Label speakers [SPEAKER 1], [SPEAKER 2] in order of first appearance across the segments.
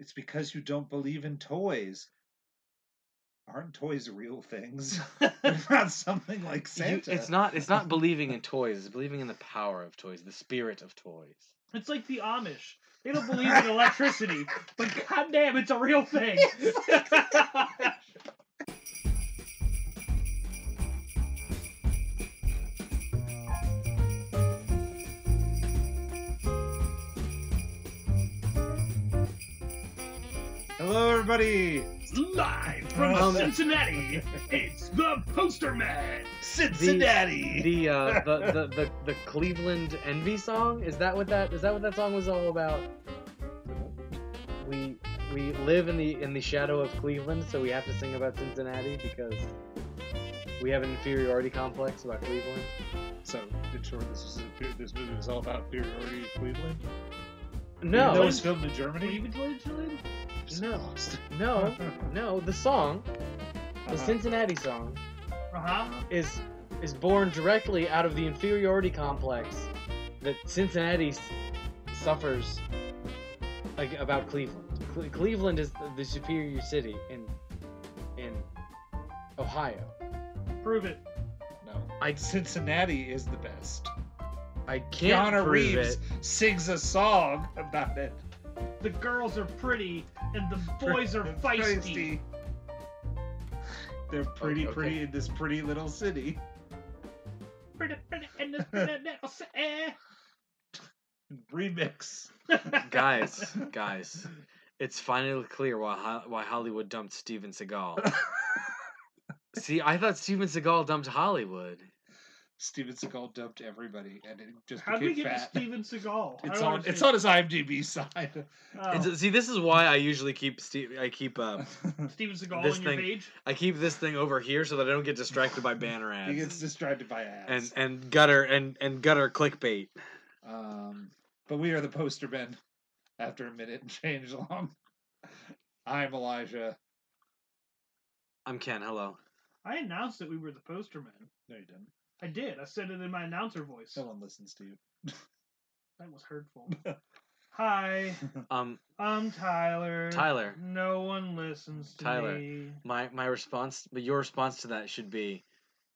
[SPEAKER 1] It's because you don't believe in toys. Aren't toys real things? They're not something like
[SPEAKER 2] You-
[SPEAKER 1] Santa.
[SPEAKER 2] it's not. It's not believing in toys. It's believing in the power of toys, the spirit of toys.
[SPEAKER 3] It's like the Amish. They don't believe in electricity, but goddamn, it's a real thing.
[SPEAKER 1] Hello, everybody.
[SPEAKER 3] Live from
[SPEAKER 1] Um,
[SPEAKER 3] Cincinnati, it's the Poster Man.
[SPEAKER 1] Cincinnati.
[SPEAKER 2] The uh, the, the the the Cleveland Envy song. Is that what that is that what that song was all about? We we live in the in the shadow of Cleveland, so we have to sing about Cincinnati because we have an inferiority complex about Cleveland.
[SPEAKER 1] so, in short, this is this movie was all about inferiority of Cleveland.
[SPEAKER 2] No,
[SPEAKER 1] Even though it was filmed in
[SPEAKER 3] Were you
[SPEAKER 1] Germany.
[SPEAKER 3] enjoying Julian?
[SPEAKER 1] I'm just
[SPEAKER 2] No.
[SPEAKER 1] lost.
[SPEAKER 2] no, no. The song, the
[SPEAKER 1] Uh-huh.
[SPEAKER 2] Cincinnati song,
[SPEAKER 3] Uh huh.
[SPEAKER 2] is is born directly out of the inferiority complex that Cincinnati s- suffers like about Cleveland. Cle- Cleveland is the superior city in in Ohio.
[SPEAKER 3] Prove it.
[SPEAKER 1] No.
[SPEAKER 2] I-
[SPEAKER 1] Cincinnati is the best.
[SPEAKER 2] I can't
[SPEAKER 1] Keanu
[SPEAKER 2] prove
[SPEAKER 1] Reeves
[SPEAKER 2] it.
[SPEAKER 1] sings a song about it.
[SPEAKER 3] The girls are pretty, and the boys are feisty.
[SPEAKER 1] feisty. They're pretty,
[SPEAKER 2] Okay.
[SPEAKER 1] pretty in this pretty little city.
[SPEAKER 3] Pretty, pretty, and this pretty little city.
[SPEAKER 1] Remix.
[SPEAKER 2] Guys, guys, it's finally clear why Ho- why Hollywood dumped Steven Seagal. See, I thought Steven Seagal dumped Hollywood.
[SPEAKER 1] Steven Seagal dumped everybody, and it just
[SPEAKER 3] How do we
[SPEAKER 1] became
[SPEAKER 3] get
[SPEAKER 1] fat.
[SPEAKER 3] to Steven Seagal? I
[SPEAKER 1] It's
[SPEAKER 3] don't
[SPEAKER 1] on. It's
[SPEAKER 3] understand.
[SPEAKER 1] on his IMDb side.
[SPEAKER 3] Oh.
[SPEAKER 2] It's- see, this is why I usually keep Steve. I keep uh,
[SPEAKER 3] Steven Seagal
[SPEAKER 2] this
[SPEAKER 3] on your
[SPEAKER 2] thing-
[SPEAKER 3] page.
[SPEAKER 2] I keep this thing over here so that I don't get distracted by banner ads.
[SPEAKER 1] he gets distracted by
[SPEAKER 2] and
[SPEAKER 1] ads.
[SPEAKER 2] and gutter and and gutter clickbait.
[SPEAKER 1] um, but we are the poster men. After a minute and change long, I'm Elijah.
[SPEAKER 2] I'm Ken. Hello.
[SPEAKER 3] I announced that we were the poster man.
[SPEAKER 1] No, you didn't.
[SPEAKER 3] I did. I said it in my announcer voice.
[SPEAKER 1] No one listens to you.
[SPEAKER 3] That was hurtful. Hi,
[SPEAKER 2] Um,
[SPEAKER 3] I'm
[SPEAKER 1] Mm.
[SPEAKER 3] Tyler.
[SPEAKER 2] Tyler,
[SPEAKER 3] No one listens to
[SPEAKER 2] Tyler.
[SPEAKER 3] me.
[SPEAKER 2] my my response, but your response to that should be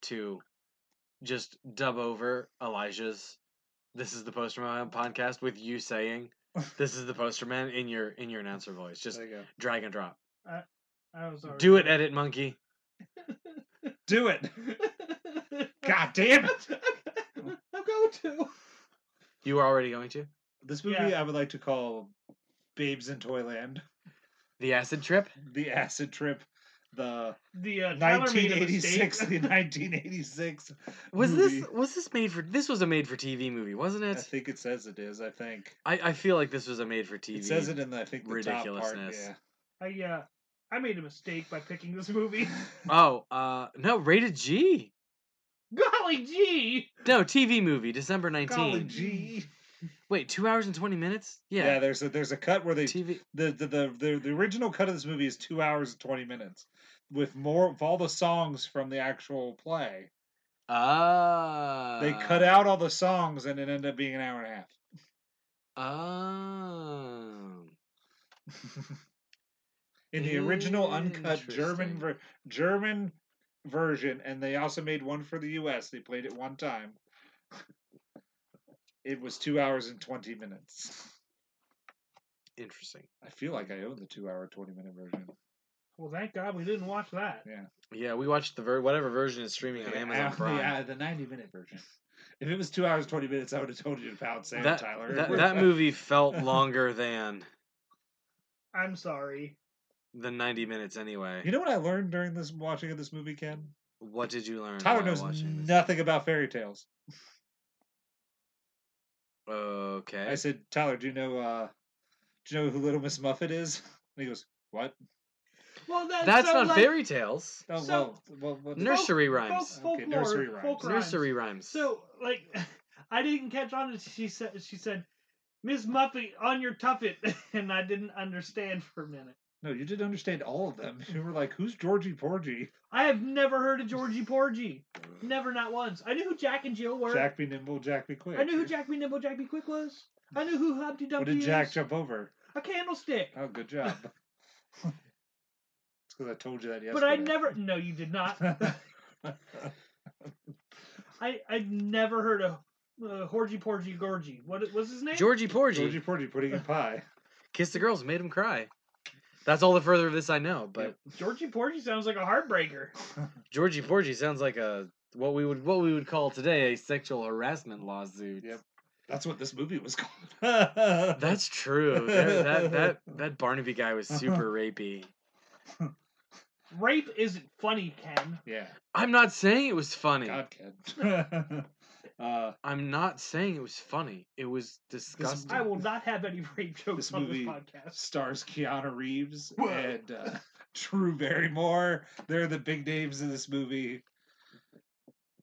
[SPEAKER 2] to just dub over Elijah's. This is the Posterman podcast with you saying, "This is the Posterman" in your in your announcer voice. Just
[SPEAKER 1] there you go.
[SPEAKER 2] drag and drop.
[SPEAKER 3] I was already
[SPEAKER 2] Do it, edit monkey.
[SPEAKER 1] Do it. God damn it.
[SPEAKER 3] I'm going to.
[SPEAKER 2] You are already going to
[SPEAKER 1] This movie
[SPEAKER 3] Yeah.
[SPEAKER 1] I would like to call Babes in Toyland,
[SPEAKER 2] the acid trip.
[SPEAKER 1] The Acid Trip, the
[SPEAKER 3] The uh, Tyler made a mistake.
[SPEAKER 1] 1986, the 1986.
[SPEAKER 2] Was this
[SPEAKER 1] movie.
[SPEAKER 2] was this made for? This was a made for TV movie, wasn't
[SPEAKER 1] I
[SPEAKER 2] it?
[SPEAKER 1] think it says it is. I think
[SPEAKER 2] I, I feel like this was a made for TV.
[SPEAKER 1] it says it in the I think the
[SPEAKER 2] ridiculousness.
[SPEAKER 1] top
[SPEAKER 3] I uh, I made a mistake by picking this movie.
[SPEAKER 2] Oh, uh, no, rated G.
[SPEAKER 3] Golly gee!
[SPEAKER 2] No, TV movie, December
[SPEAKER 1] part. Yeah. Golly
[SPEAKER 2] 19.
[SPEAKER 1] gee.
[SPEAKER 2] Wait, two hours and 20 minutes?
[SPEAKER 1] Yeah.
[SPEAKER 2] Hmm. Yeah.
[SPEAKER 1] there's a there's a cut where they
[SPEAKER 2] TV.
[SPEAKER 1] the, the the the the original cut of this movie is two hours and twenty minutes with more of all the songs from the actual play.
[SPEAKER 2] Ah.
[SPEAKER 1] They cut out all the songs and it ended up being an hour and a half.
[SPEAKER 2] Oh.
[SPEAKER 1] in the original uncut German
[SPEAKER 2] Interesting.
[SPEAKER 1] ver- German version, and they also made one for the U.S. They played it one time. It was two hours and twenty minutes.
[SPEAKER 2] Interesting.
[SPEAKER 1] I feel like I own the two-hour, twenty-minute version.
[SPEAKER 3] Well, thank God we didn't watch that.
[SPEAKER 2] Yeah, we watched the ver- whatever version is streaming on
[SPEAKER 1] Yeah,
[SPEAKER 2] Amazon
[SPEAKER 1] the-
[SPEAKER 2] Prime.
[SPEAKER 1] Yeah, the ninety-minute version. If it was two hours twenty minutes, I would have told you to pound sand,
[SPEAKER 2] that,
[SPEAKER 1] Tyler.
[SPEAKER 2] that, that movie felt longer than
[SPEAKER 3] I'm sorry.
[SPEAKER 2] the 90 minutes anyway.
[SPEAKER 1] You know what I learned during this watching of this movie, Ken?
[SPEAKER 2] What did you learn?
[SPEAKER 1] Tyler
[SPEAKER 2] while
[SPEAKER 1] knows
[SPEAKER 2] watching this?
[SPEAKER 1] nothing about fairy tales.
[SPEAKER 2] Okay.
[SPEAKER 1] I said, Tyler, do you know? uh Do you know who Little Miss Muffet is? And he goes, What?
[SPEAKER 3] Well, that's,
[SPEAKER 2] That's
[SPEAKER 3] so
[SPEAKER 2] not
[SPEAKER 3] like,
[SPEAKER 2] fairy tales.
[SPEAKER 1] Oh,
[SPEAKER 3] So-
[SPEAKER 1] well, well, well,
[SPEAKER 3] Nurse-
[SPEAKER 2] Nursery
[SPEAKER 3] folk-
[SPEAKER 2] rhymes.
[SPEAKER 3] Folk,
[SPEAKER 1] Okay,
[SPEAKER 3] folklore,
[SPEAKER 1] nursery rhymes.
[SPEAKER 3] folk rhymes.
[SPEAKER 2] Nursery rhymes.
[SPEAKER 3] So, like, I didn't catch on. to- She said, "She said, Miss Muffet on your tuffet," and I didn't understand for a minute.
[SPEAKER 1] no, you didn't understand all of them. You were like, "Who's Georgie Porgy?"
[SPEAKER 3] I have never heard of Georgie Porgy. Never, not once. I knew who Jack and Jill were.
[SPEAKER 1] Jack be nimble, Jack be quick.
[SPEAKER 3] I knew who Jack B. Nimble, Jack B. Quick was. I knew who Humpty
[SPEAKER 1] What
[SPEAKER 3] Dumpty
[SPEAKER 1] did Jack
[SPEAKER 3] is.
[SPEAKER 1] jump over?
[SPEAKER 3] a candlestick.
[SPEAKER 1] Oh, good job. it's because I told you that yesterday.
[SPEAKER 3] but I never. No, you did not. I I've never heard of uh, Horgy Porgy Gorgy. What was his name?
[SPEAKER 2] Georgie Porgy
[SPEAKER 1] Georgie Porgy pudding and pie.
[SPEAKER 2] kissed the girls, made him cry. That's all the further of this I know. But
[SPEAKER 3] Georgie Porgy sounds like a heartbreaker.
[SPEAKER 2] Georgie Porgy sounds like a what we would what we would call today a sexual harassment lawsuit.
[SPEAKER 1] Yep. That's what this movie was called.
[SPEAKER 2] That's true. That, that that that Barnaby guy
[SPEAKER 1] Uh-huh.
[SPEAKER 2] was super rapey.
[SPEAKER 3] Rape isn't funny, Ken.
[SPEAKER 1] yeah.
[SPEAKER 2] I'm not saying it was funny.
[SPEAKER 1] God, kid. uh,
[SPEAKER 2] I'm not saying it was funny. It was disgusting.
[SPEAKER 3] I will not have any rape jokes
[SPEAKER 1] This
[SPEAKER 3] on
[SPEAKER 1] movie-
[SPEAKER 3] this podcast.
[SPEAKER 1] stars Keanu Reeves
[SPEAKER 3] Whoa.
[SPEAKER 1] and uh, Drew Barrymore. They're the big names in this movie.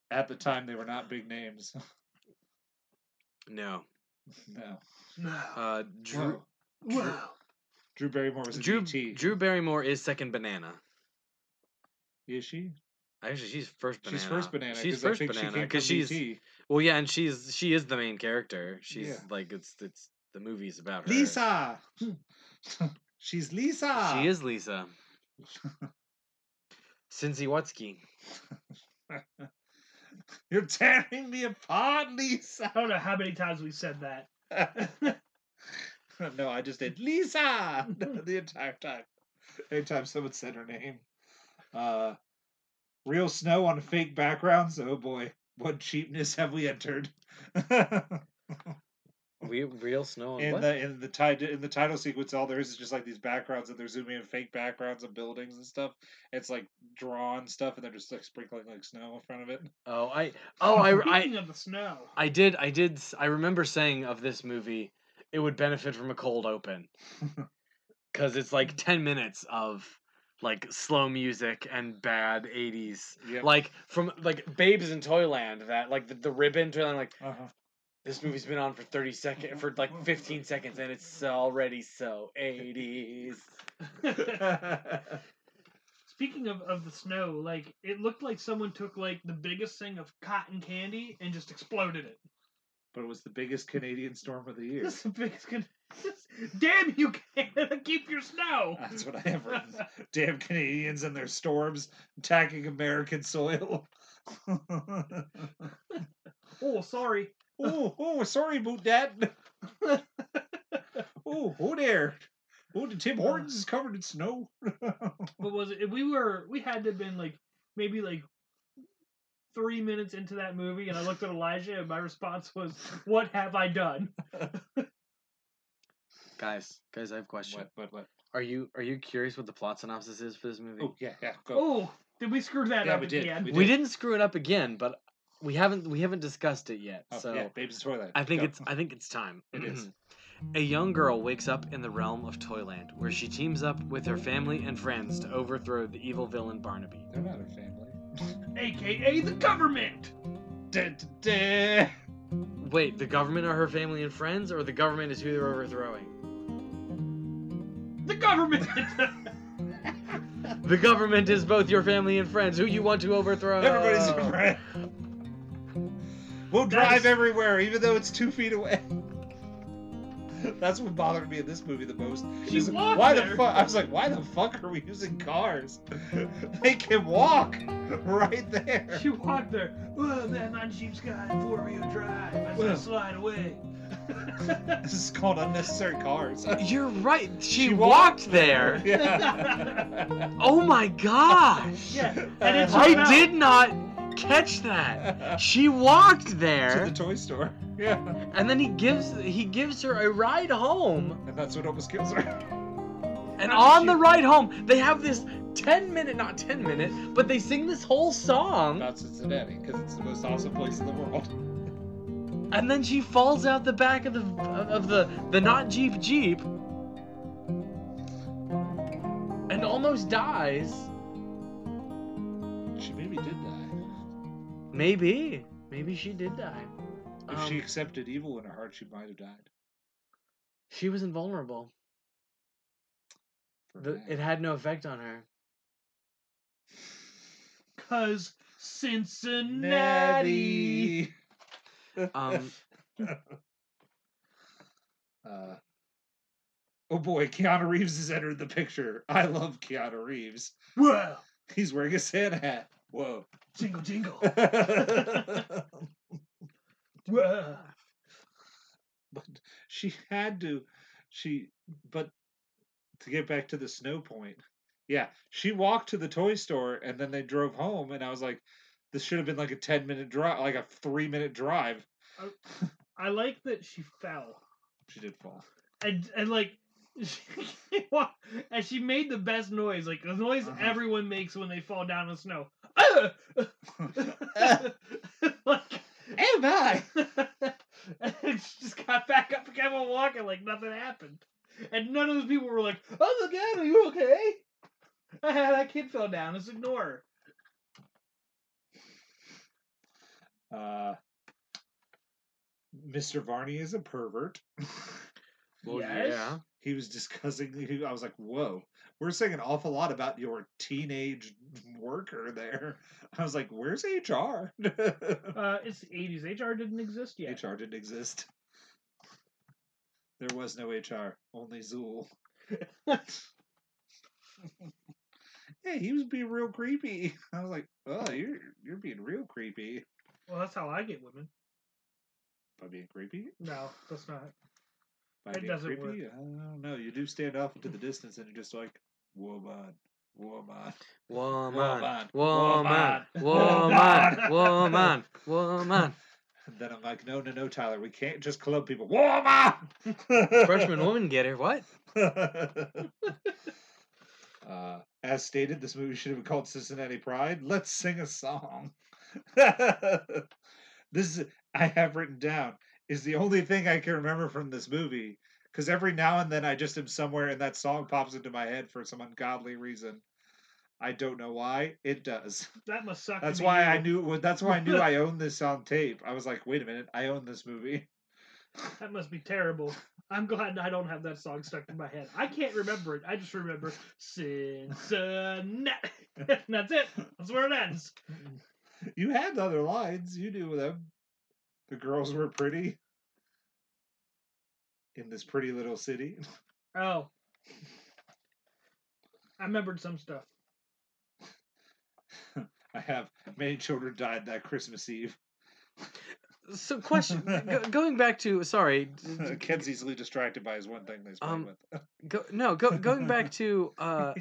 [SPEAKER 1] At the time, they were not big names.
[SPEAKER 2] No.
[SPEAKER 1] no.
[SPEAKER 2] Uh, Drew,
[SPEAKER 1] Whoa.
[SPEAKER 3] Whoa.
[SPEAKER 1] Drew Barrymore was a
[SPEAKER 2] Drew,
[SPEAKER 1] DT.
[SPEAKER 2] Drew Barrymore is second banana.
[SPEAKER 1] Is she?
[SPEAKER 2] Actually, she's first banana.
[SPEAKER 1] She's first banana.
[SPEAKER 2] She's
[SPEAKER 1] 'cause I
[SPEAKER 2] first
[SPEAKER 1] think
[SPEAKER 2] banana
[SPEAKER 1] she came
[SPEAKER 2] because
[SPEAKER 1] from E
[SPEAKER 2] she's
[SPEAKER 1] DT.
[SPEAKER 2] well, yeah, and she's she is the main character. She's
[SPEAKER 1] Yeah.
[SPEAKER 2] like it's it's the movie's about her.
[SPEAKER 1] Lisa. she's Lisa.
[SPEAKER 2] She is Lisa. Cincy Watsky.
[SPEAKER 1] You're tearing me apart, Lisa.
[SPEAKER 3] I don't know how many times we've said that.
[SPEAKER 1] no, I just did Lisa the entire time. Anytime someone said her name. Uh, real snow on fake backgrounds. Oh boy, what cheapness have we entered? in
[SPEAKER 2] We real snow and what?
[SPEAKER 1] the in the title in the title sequence, all there is is just like these backgrounds that they're zooming in fake backgrounds of buildings and stuff. It's like drawn stuff, and they're just like sprinkling like snow in front of it.
[SPEAKER 2] Oh, I oh I I
[SPEAKER 3] Speaking of the snow,
[SPEAKER 2] I did I did s- I remember saying of this movie it would benefit from a cold open because it's like ten minutes of like slow music and bad eighties
[SPEAKER 1] Yep.
[SPEAKER 2] like from like Babes in Toyland that like the, the ribbon Toyland like
[SPEAKER 1] Uh-huh.
[SPEAKER 2] this movie's been on for thirty second for like fifteen seconds and it's already so eighties.
[SPEAKER 3] speaking of, of the snow, like it looked like someone took like the biggest thing of cotton candy and just exploded it.
[SPEAKER 1] but it was the biggest Canadian storm of the year.
[SPEAKER 3] This is the biggest. Con- Damn you, Canada! Keep your snow.
[SPEAKER 1] That's what I have written. Damn Canadians and their storms attacking American soil.
[SPEAKER 3] oh, sorry.
[SPEAKER 1] oh, oh, sorry about that. oh, oh there. Oh, the Tim Hortons is covered in snow.
[SPEAKER 3] What was it? We were. We had to have been like maybe like three minutes into that movie, and I looked at Elijah, and my response was, "What have I done?"
[SPEAKER 2] Guys, guys, I have a question.
[SPEAKER 1] what, what?
[SPEAKER 2] Are you are you curious what the plot synopsis is for this movie?
[SPEAKER 1] Oh, yeah, yeah, go.
[SPEAKER 3] Oh, did we screw that
[SPEAKER 1] Yeah,
[SPEAKER 3] up
[SPEAKER 1] we
[SPEAKER 3] at
[SPEAKER 1] did.
[SPEAKER 3] the end?
[SPEAKER 1] We
[SPEAKER 2] we,
[SPEAKER 1] did.
[SPEAKER 2] did. not screw it up again, but we haven't we haven't discussed it yet.
[SPEAKER 1] Oh,
[SPEAKER 2] so
[SPEAKER 1] yeah, Babe's Toyland.
[SPEAKER 2] I think
[SPEAKER 1] Go.
[SPEAKER 2] it's I think it's time.
[SPEAKER 1] It is.
[SPEAKER 2] A young girl wakes up in the realm of Toyland, where she teams up with her family and friends to overthrow the evil villain Barnaby.
[SPEAKER 1] They're not a family.
[SPEAKER 3] AKA the government.
[SPEAKER 1] Da, da, da.
[SPEAKER 2] Wait, the government are her family and friends, or the government is who they're overthrowing?
[SPEAKER 3] The government.
[SPEAKER 2] The government is both your family and friends. Who you want to overthrow?
[SPEAKER 1] Everybody's
[SPEAKER 2] Oh.
[SPEAKER 1] a friend. We'll
[SPEAKER 3] That
[SPEAKER 1] drive
[SPEAKER 3] is-
[SPEAKER 1] everywhere, even though it's two feet away. That's what bothered me in this movie the most.
[SPEAKER 3] She
[SPEAKER 1] Is
[SPEAKER 3] walked
[SPEAKER 1] why the
[SPEAKER 3] there.
[SPEAKER 1] fuck? I was like, why the fuck are we using cars? they can walk right there.
[SPEAKER 3] she walked there. Oh, that man, sheep's got four wheel drive. As I
[SPEAKER 1] Well.
[SPEAKER 3] slide away.
[SPEAKER 1] This is called unnecessary cars.
[SPEAKER 2] You're right. She,
[SPEAKER 1] She
[SPEAKER 2] walked, there.
[SPEAKER 1] yeah.
[SPEAKER 2] Oh my gosh.
[SPEAKER 3] Yeah, and it's
[SPEAKER 2] I
[SPEAKER 3] about-
[SPEAKER 2] did not catch that.
[SPEAKER 1] to
[SPEAKER 2] She walked
[SPEAKER 1] the
[SPEAKER 2] there,
[SPEAKER 1] toy store. Yeah,
[SPEAKER 2] and then he gives he gives her a ride home.
[SPEAKER 1] and that's what almost kills her.
[SPEAKER 2] And
[SPEAKER 3] How did
[SPEAKER 2] on
[SPEAKER 3] she-
[SPEAKER 2] the ride home, they have this ten minute not ten minute, but they sing this whole song,
[SPEAKER 1] Not Cincinnati, because it's the most awesome place in the world.
[SPEAKER 2] and then she falls out the back of the of the the not jeep jeep, and almost dies.
[SPEAKER 1] She maybe did die.
[SPEAKER 2] Maybe maybe she did die.
[SPEAKER 1] If
[SPEAKER 2] Um,
[SPEAKER 1] she accepted evil in her heart, she might have died.
[SPEAKER 2] she was invulnerable.
[SPEAKER 1] For
[SPEAKER 2] The,
[SPEAKER 1] now.
[SPEAKER 2] it had no effect on her.
[SPEAKER 3] Cause Cincinnati.
[SPEAKER 2] Um,
[SPEAKER 1] uh, Oh boy, Keanu Reeves has entered the picture. I love Keanu Reeves.
[SPEAKER 3] Whoa!
[SPEAKER 1] He's wearing a Santa hat. Whoa.
[SPEAKER 3] Jingle jingle.
[SPEAKER 1] but
[SPEAKER 3] Whoa!
[SPEAKER 1] she had to she but to get back to the snow point. Yeah, she walked to the toy store and then they drove home and I was like this should have been like a 10 minute drive, like a 3 minute drive.
[SPEAKER 3] I like that she fell.
[SPEAKER 1] She did fall.
[SPEAKER 3] And, and like, she, and she made the best noise, like the noise
[SPEAKER 1] Uh-huh.
[SPEAKER 3] everyone makes when they fall down in the snow. like,
[SPEAKER 1] Oh my.
[SPEAKER 3] and she just got back up and kept on walking like nothing happened. And none of those people were like, "Oh my god, are you okay?" that kid fell down. Let's ignore her.
[SPEAKER 1] Uh Mr. Varney is a pervert.
[SPEAKER 2] Well,
[SPEAKER 3] Yes.
[SPEAKER 2] yeah.
[SPEAKER 1] he was discussing he- i was like whoa we're saying an awful lot about your teenage worker there i was like where's hr
[SPEAKER 3] Uh, it's the '80s. HR didn't exist yet.
[SPEAKER 1] hr didn't exist there was no hr only zool yeah he was being real creepy i was like oh you're you're being real creepy
[SPEAKER 3] Well, that's how I get women.
[SPEAKER 1] by being creepy
[SPEAKER 3] No, that's not.
[SPEAKER 1] by
[SPEAKER 3] It
[SPEAKER 1] being
[SPEAKER 3] doesn't
[SPEAKER 1] creepy i don't know you do stand off into the distance and you're just like woman woman Woman,
[SPEAKER 2] Woman, woman, woman,
[SPEAKER 1] woman.
[SPEAKER 2] woman, woman.
[SPEAKER 1] And then I'm like, no, no, no, Tyler, we can't just club people. Woman!
[SPEAKER 2] Freshman woman getter. What?
[SPEAKER 1] uh, as stated, this movie should have been called Cincinnati Pride. Let's sing a song. this is, I have written down, is the only thing I can remember from this movie. Because every now and then I just am somewhere and that song pops into my head for some ungodly reason. I don't know why. It does.
[SPEAKER 3] That must suck. to
[SPEAKER 1] That's
[SPEAKER 3] be
[SPEAKER 1] why
[SPEAKER 3] you.
[SPEAKER 1] I knew. it was- That's why I knew I owned this on tape. I was like, wait a minute, I own this movie.
[SPEAKER 3] That must be terrible. I'm glad I don't have that song stuck in my head. I can't remember it. I just remember Cincinnati. And That's it. That's where it ends.
[SPEAKER 1] You had the other lines. You knew them. The girls were pretty in this pretty little city.
[SPEAKER 3] Oh. I remembered some stuff.
[SPEAKER 1] I have many children died that Christmas Eve.
[SPEAKER 2] So, question. go, going back to sorry. d- d-
[SPEAKER 1] Ken's easily distracted by his one thing that he's playing
[SPEAKER 2] Um,
[SPEAKER 1] with.
[SPEAKER 2] Go, no, go, going back to uh,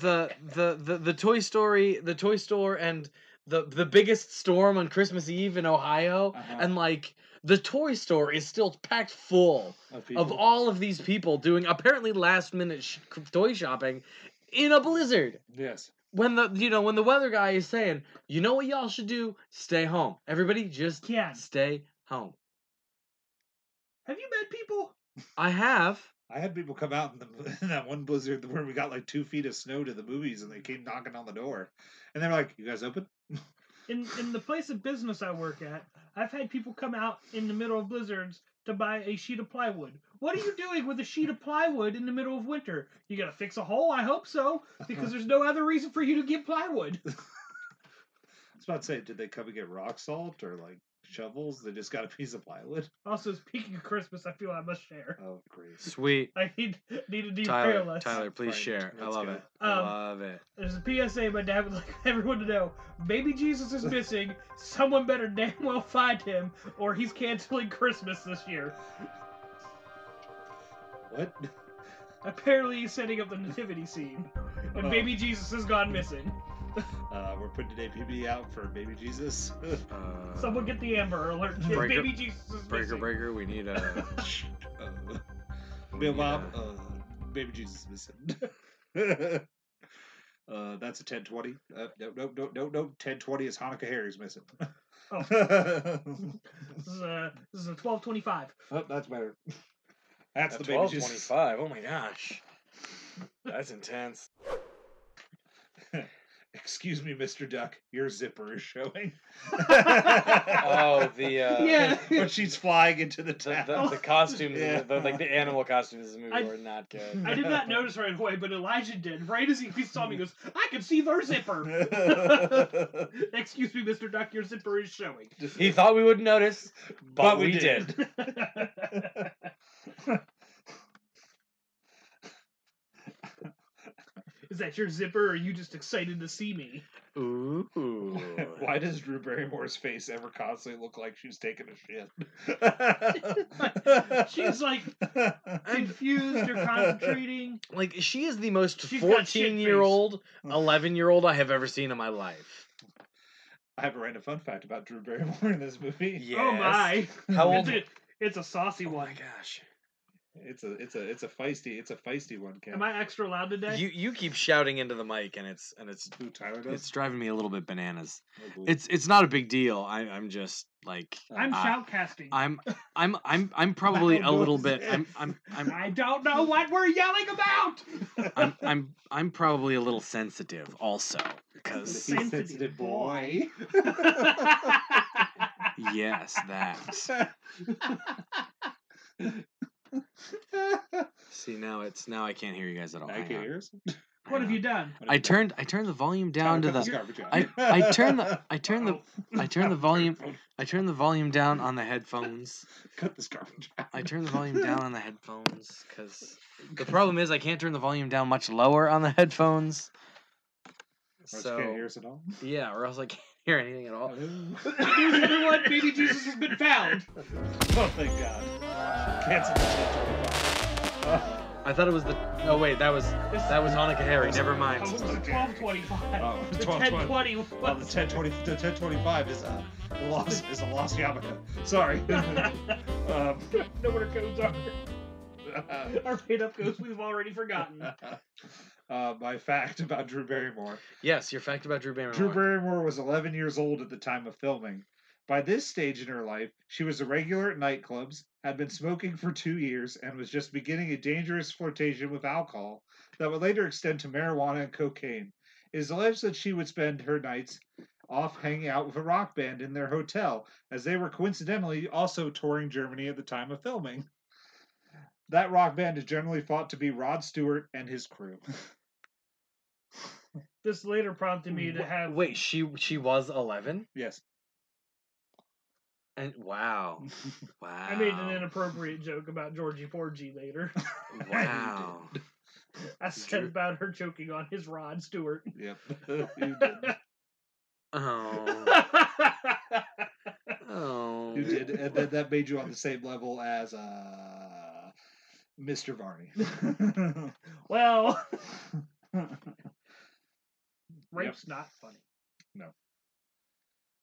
[SPEAKER 2] the, the the the Toy Story, the Toy Store, and the the biggest storm on Christmas Eve in Ohio,
[SPEAKER 1] Uh-huh.
[SPEAKER 2] and like the Toy Store is still packed full of
[SPEAKER 1] people.
[SPEAKER 2] all of these people doing apparently last minute sh- toy shopping in a blizzard.
[SPEAKER 1] Yes.
[SPEAKER 2] When the you know when the weather guy is saying, you know what y'all should do, stay home. Everybody just
[SPEAKER 3] Ken,
[SPEAKER 2] stay home.
[SPEAKER 3] have you met people?
[SPEAKER 2] I have.
[SPEAKER 1] I had people come out in, the, in that one blizzard where we got like two feet of snow to the movies, and they came knocking on the door, and they were like, "You guys open?"
[SPEAKER 3] In in the place of business I work at, I've had people come out in the middle of blizzards to buy a sheet of plywood. What are you doing with a sheet of plywood in the middle of winter? You gotta fix a hole? I hope so, because there's no other reason for you to get plywood.
[SPEAKER 1] I was about to say, did they come and get rock salt or like shovels? They just got a piece of plywood.
[SPEAKER 3] Also, speaking of Christmas, I feel I must share.
[SPEAKER 1] Oh, great.
[SPEAKER 2] Sweet.
[SPEAKER 3] I need need to derail
[SPEAKER 2] Tyler,
[SPEAKER 3] us.
[SPEAKER 2] Tyler, please
[SPEAKER 1] Fine,
[SPEAKER 2] share. I
[SPEAKER 1] let's
[SPEAKER 2] love
[SPEAKER 1] go.
[SPEAKER 2] it. I
[SPEAKER 3] Um,
[SPEAKER 2] love it.
[SPEAKER 3] There's a PSA my dad would like everyone to know. Baby Jesus is missing. Someone better damn well find him, or he's canceling Christmas this year.
[SPEAKER 1] What?
[SPEAKER 3] Apparently, he's setting up the nativity scene, and
[SPEAKER 1] Oh.
[SPEAKER 3] baby Jesus has gone missing.
[SPEAKER 1] Uh, we're putting an APB out for Baby Jesus.
[SPEAKER 2] Uh,
[SPEAKER 3] Someone get the Amber Alert. kid.
[SPEAKER 2] Breaker-
[SPEAKER 3] baby Jesus is
[SPEAKER 2] breaker,
[SPEAKER 3] missing.
[SPEAKER 2] breaker. We need a.
[SPEAKER 1] uh,
[SPEAKER 2] we
[SPEAKER 1] Bill
[SPEAKER 2] need
[SPEAKER 1] Bob,
[SPEAKER 2] a-
[SPEAKER 1] uh, Baby Jesus is missing. uh, that's a 1020. Uh, no, no, no, no, no. 1020 is Hanukkah Harry's missing.
[SPEAKER 3] Oh.
[SPEAKER 1] oh,
[SPEAKER 3] This is a this is a twelve twenty five.
[SPEAKER 1] that's better. That's
[SPEAKER 2] Oh, At
[SPEAKER 1] the Baby Jesus.
[SPEAKER 2] 12:25, Oh my gosh, that's intense.
[SPEAKER 1] Excuse me, Mr. Duck. Your zipper is showing.
[SPEAKER 2] Oh, the uh,
[SPEAKER 3] Yeah.
[SPEAKER 1] but she's flying into the
[SPEAKER 2] the,
[SPEAKER 1] town.
[SPEAKER 2] the, the costumes,
[SPEAKER 1] Yeah.
[SPEAKER 2] the, the, like the animal costumes in this movie
[SPEAKER 3] I-
[SPEAKER 2] were not good.
[SPEAKER 3] I did not notice right away, but Elijah did. Right as he he saw me, he goes, "I can see their zipper." Excuse me, Mister Duck, your zipper is showing.
[SPEAKER 2] He thought we wouldn't notice, but, we, did.
[SPEAKER 3] Is that your zipper, or are you just excited to see me?
[SPEAKER 2] Ooh.
[SPEAKER 1] Why does Drew Barrymore's face ever constantly look like she's taking a shit?
[SPEAKER 3] She's like
[SPEAKER 1] And-
[SPEAKER 3] confused or concentrating.
[SPEAKER 2] Like she is the most
[SPEAKER 3] She's got shit face.
[SPEAKER 2] fourteen year old, eleven year old I have ever seen in my life.
[SPEAKER 1] I have a random fun fact about Drew Barrymore in this movie.
[SPEAKER 3] Oh my!
[SPEAKER 2] How
[SPEAKER 3] It's
[SPEAKER 2] old?
[SPEAKER 3] a, it's a saucy
[SPEAKER 2] Oh my
[SPEAKER 3] one.
[SPEAKER 2] gosh!
[SPEAKER 1] It's a it's a it's a feisty it's a feisty one, Ken.
[SPEAKER 3] Am I extra loud today?
[SPEAKER 2] You you keep shouting into the mic, and it's and it's
[SPEAKER 1] Who Tyler does?
[SPEAKER 2] it's driving me a little bit bananas.
[SPEAKER 1] Oh, boy.
[SPEAKER 2] It's it's not a big deal. I, I'm just like
[SPEAKER 3] I'm
[SPEAKER 2] I-
[SPEAKER 3] shoutcasting.
[SPEAKER 2] uh, I'm I'm I'm I'm probably a
[SPEAKER 1] don't know
[SPEAKER 2] little
[SPEAKER 1] what to
[SPEAKER 2] bit.
[SPEAKER 1] say.
[SPEAKER 2] I'm I'm I'm
[SPEAKER 3] I don't know what we're yelling about.
[SPEAKER 2] I'm I'm I'm probably a little sensitive also because
[SPEAKER 3] Sensitive
[SPEAKER 1] He's sensitive boy.
[SPEAKER 2] yes that see now it's now I can't hear you guys at all.
[SPEAKER 1] I
[SPEAKER 2] Hang
[SPEAKER 1] can
[SPEAKER 2] on.
[SPEAKER 1] hear
[SPEAKER 2] Hang
[SPEAKER 3] what have
[SPEAKER 2] on.
[SPEAKER 3] you done?
[SPEAKER 2] Oh, I turned I turned the volume down to the I I turned the I turned
[SPEAKER 3] Oh.
[SPEAKER 2] the I turned the volume I turned the volume down on the headphones.
[SPEAKER 1] Cut this garbage out.
[SPEAKER 2] I turned the volume down on the headphones because the problem is I can't turn the volume down much lower on the headphones.
[SPEAKER 1] Or else you can't hear
[SPEAKER 2] So
[SPEAKER 1] us at all.
[SPEAKER 2] yeah, or else I can't hear anything at all.
[SPEAKER 1] oh,
[SPEAKER 3] Here's everyone. Baby Jesus has been found.
[SPEAKER 1] thank God. Cancel this episode. Uh,
[SPEAKER 2] I thought it was the oh wait that was
[SPEAKER 3] This-
[SPEAKER 2] that was Hanukkah Harry. Never
[SPEAKER 3] I was
[SPEAKER 2] mind.
[SPEAKER 3] at 1225.
[SPEAKER 1] Oh,
[SPEAKER 3] the
[SPEAKER 1] 12:20.
[SPEAKER 3] 1020
[SPEAKER 2] Oh,
[SPEAKER 1] Well, the
[SPEAKER 3] was
[SPEAKER 1] 1020, the 1025 is a loss is a lost yarmulke. Sorry. um,
[SPEAKER 3] know where codes are. Our made up codes we've already forgotten.
[SPEAKER 1] uh, my fact about Drew Barrymore.
[SPEAKER 2] Yes, your fact about Drew Barrymore.
[SPEAKER 1] Drew Barrymore was 11 years old at the time of filming. By this stage in her life, she was a regular at nightclubs, had been smoking for two years, and was just beginning a dangerous flirtation with alcohol that would later extend to marijuana and cocaine. It is alleged that she would spend her nights off hanging out with a rock band in their hotel, as they were coincidentally also touring Germany at the time of filming. That rock band is generally thought to be Rod Stewart and his crew.
[SPEAKER 3] This later prompted me to
[SPEAKER 2] Wh-
[SPEAKER 3] have.
[SPEAKER 2] Wait, she she was eleven,
[SPEAKER 1] Yes.
[SPEAKER 2] and wow, wow.
[SPEAKER 3] I made an inappropriate joke about Georgie Porgy later.
[SPEAKER 2] wow.
[SPEAKER 3] I said
[SPEAKER 2] Drew-
[SPEAKER 3] about her choking on his Rod Stewart.
[SPEAKER 1] Yep. You did.
[SPEAKER 2] Oh,
[SPEAKER 3] That's
[SPEAKER 2] oh.
[SPEAKER 1] You did, and then that made you on the same level as uh, Mr. Varney.
[SPEAKER 3] well, rape's not funny.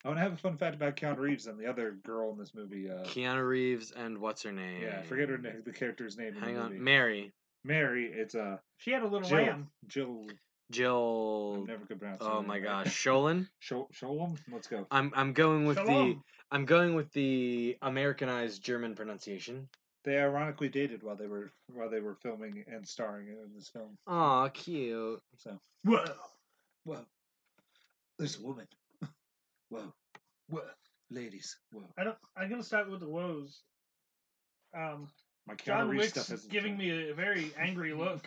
[SPEAKER 1] I want to have a fun fact about Keanu Reeves and the other girl in this movie. Uh,
[SPEAKER 2] Keanu Reeves and what's her name?
[SPEAKER 1] yeah, I forget her name, the character's name. in
[SPEAKER 2] Hang
[SPEAKER 1] the
[SPEAKER 2] on,
[SPEAKER 1] movie.
[SPEAKER 2] Mary,
[SPEAKER 1] Mary. It's uh,
[SPEAKER 3] She had a little
[SPEAKER 1] Jill.
[SPEAKER 3] lamb.
[SPEAKER 1] Jill. I
[SPEAKER 2] Jill.
[SPEAKER 1] never could pronounce. her
[SPEAKER 2] Oh
[SPEAKER 1] name
[SPEAKER 2] my
[SPEAKER 1] right.
[SPEAKER 2] gosh, Sholin.
[SPEAKER 1] Shol Sholem. Let's go.
[SPEAKER 2] I'm I'm going with the
[SPEAKER 3] Shalom.
[SPEAKER 2] I'm going with the Americanized German pronunciation.
[SPEAKER 1] They ironically dated while they were while they were filming and starring in this film.
[SPEAKER 2] Aw, cute.
[SPEAKER 1] So
[SPEAKER 3] Whoa.
[SPEAKER 1] whoa, there's a woman. Whoa, whoa, ladies. Whoa.
[SPEAKER 3] I don't. I'm gonna start with the woes. Um,
[SPEAKER 1] My Keanu
[SPEAKER 3] John
[SPEAKER 1] Reeves
[SPEAKER 3] Wick's
[SPEAKER 1] stuff is
[SPEAKER 3] giving me a very angry look.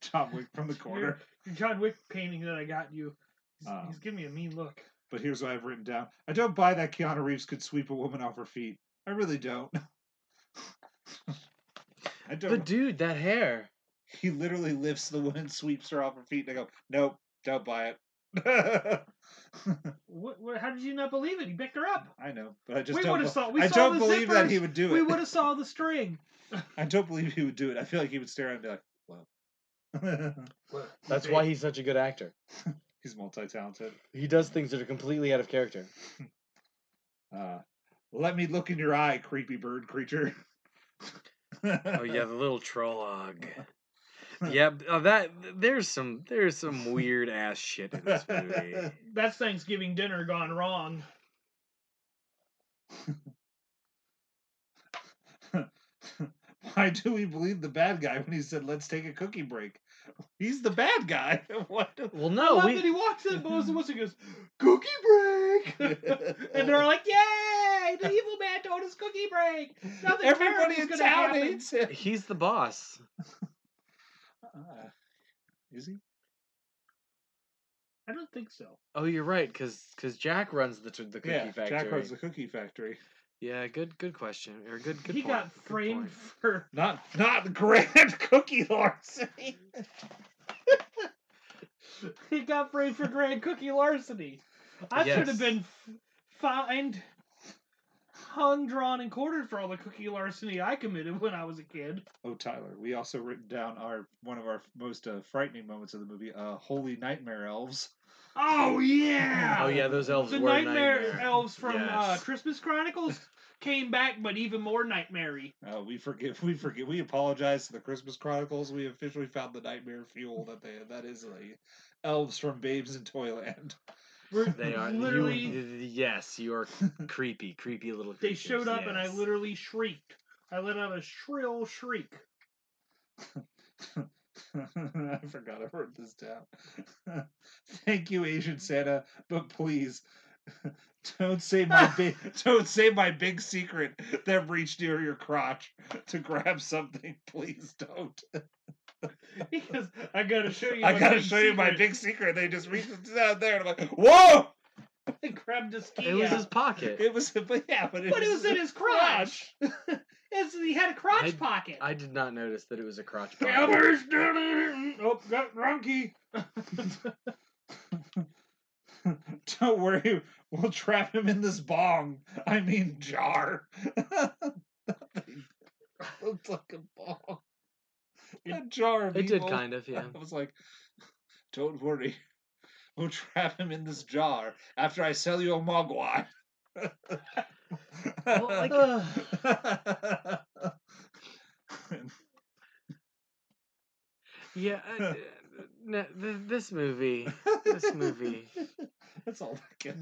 [SPEAKER 1] John Wick from the corner.
[SPEAKER 3] Your John Wick painting that I got you. He's,
[SPEAKER 1] Um,
[SPEAKER 3] he's giving me a mean look.
[SPEAKER 1] But here's what I've written down. I don't buy that Keanu Reeves could sweep a woman off her feet. I really don't. I don't.
[SPEAKER 2] But dude, that hair.
[SPEAKER 1] he literally lifts the woman, sweeps her off her feet, and I go, nope, don't buy it.
[SPEAKER 3] What, what, how did you not believe it? He picked her up.
[SPEAKER 1] I know, but I just
[SPEAKER 3] we
[SPEAKER 1] don't.
[SPEAKER 3] would have
[SPEAKER 1] bel-
[SPEAKER 3] saw. We
[SPEAKER 1] I
[SPEAKER 3] saw
[SPEAKER 1] don't
[SPEAKER 3] the
[SPEAKER 1] believe that he
[SPEAKER 3] zippers.
[SPEAKER 1] would do
[SPEAKER 3] We
[SPEAKER 1] it.
[SPEAKER 3] would have saw the string.
[SPEAKER 1] I don't believe he would do it. I feel like he would stare at it and be like, whoa.
[SPEAKER 2] That's why he's such a good actor.
[SPEAKER 1] He's multi-talented.
[SPEAKER 2] He does things that are completely out of character.
[SPEAKER 1] Uh, let me look in your eye, creepy bird creature.
[SPEAKER 2] Oh yeah, the little trollog. Yeah, b- uh, that there's some there's some weird ass shit in this movie.
[SPEAKER 3] That's Thanksgiving dinner gone wrong.
[SPEAKER 1] Why do we believe the bad guy when he said, let's take a cookie break? He's the bad guy. What?
[SPEAKER 2] Well,
[SPEAKER 3] I
[SPEAKER 2] no,
[SPEAKER 3] love
[SPEAKER 2] Oh, we, Mm-hmm.
[SPEAKER 3] that he walks in, blows the whistle, and goes cookie break, and they're like, "Yay! The evil man told us cookie break." Nothing
[SPEAKER 1] Everybody in
[SPEAKER 3] terrible's
[SPEAKER 1] town
[SPEAKER 3] gonna happen.
[SPEAKER 1] hates him.
[SPEAKER 2] he's the boss.
[SPEAKER 1] Uh, is he?
[SPEAKER 3] I don't think so.
[SPEAKER 2] Oh, you're right, because Jack runs the t- the cookie
[SPEAKER 1] yeah,
[SPEAKER 2] factory.
[SPEAKER 1] Jack runs the cookie factory.
[SPEAKER 2] Yeah, good good question or good good.
[SPEAKER 3] he
[SPEAKER 2] point,
[SPEAKER 3] got
[SPEAKER 2] good
[SPEAKER 3] framed
[SPEAKER 2] point.
[SPEAKER 3] for
[SPEAKER 1] Not not grand cookie larceny.
[SPEAKER 3] He got framed for grand cookie larceny. I should
[SPEAKER 4] Yes.
[SPEAKER 3] have been f- fined, hung, drawn, and quartered for all the cookie larceny I committed when I was a kid.
[SPEAKER 1] Oh, Tyler, we also written down our one of our most uh, frightening moments of the movie, uh, "Holy Nightmare Elves."
[SPEAKER 3] Oh yeah.
[SPEAKER 2] Oh yeah, those elves
[SPEAKER 3] The
[SPEAKER 2] were a
[SPEAKER 3] nightmare,
[SPEAKER 2] nightmare.
[SPEAKER 3] elves from uh,
[SPEAKER 2] Yes.
[SPEAKER 3] Christmas Chronicles came back, but even more nightmare
[SPEAKER 1] Uh, we forgive, we forgive, we apologize to the Christmas Chronicles. We officially found the nightmare fuel that they that is the elves from Babes in Toyland.
[SPEAKER 2] They are you-
[SPEAKER 3] literally.
[SPEAKER 2] yes, you are creepy, creepy little.
[SPEAKER 3] they
[SPEAKER 2] creatures,
[SPEAKER 3] showed up, and I
[SPEAKER 2] yes.
[SPEAKER 3] literally shrieked. I let out a shrill shriek.
[SPEAKER 1] I forgot I wrote this down. Thank you, Asian Santa, but please don't say my big don't say my big secret that reached near your crotch to grab something. Please don't.
[SPEAKER 3] Because I gotta show you.
[SPEAKER 1] I
[SPEAKER 3] my
[SPEAKER 1] gotta
[SPEAKER 3] big
[SPEAKER 1] show you my
[SPEAKER 3] secret.
[SPEAKER 1] big secret. They just reached down there, and I'm like, whoa!
[SPEAKER 3] They grabbed his key.
[SPEAKER 2] It was
[SPEAKER 3] out.
[SPEAKER 2] his pocket.
[SPEAKER 1] It was, but yeah, but it
[SPEAKER 3] but
[SPEAKER 1] was,
[SPEAKER 3] it was in his crotch. It's- he had a crotch
[SPEAKER 2] I-
[SPEAKER 3] pocket.
[SPEAKER 2] I did not notice that it was a crotch pocket.
[SPEAKER 3] Elmer's done it. Oh, got drunky.
[SPEAKER 1] Don't worry, we'll trap him in this bong. I mean jar. That thing looked like a bong. A jar of
[SPEAKER 2] It did
[SPEAKER 1] evil.
[SPEAKER 2] kind of, yeah.
[SPEAKER 1] I was like, don't worry. We'll trap him in this jar after I sell you a mogwai.
[SPEAKER 2] Well, Yeah, I- uh, no, th- this movie, this movie
[SPEAKER 1] That's all I can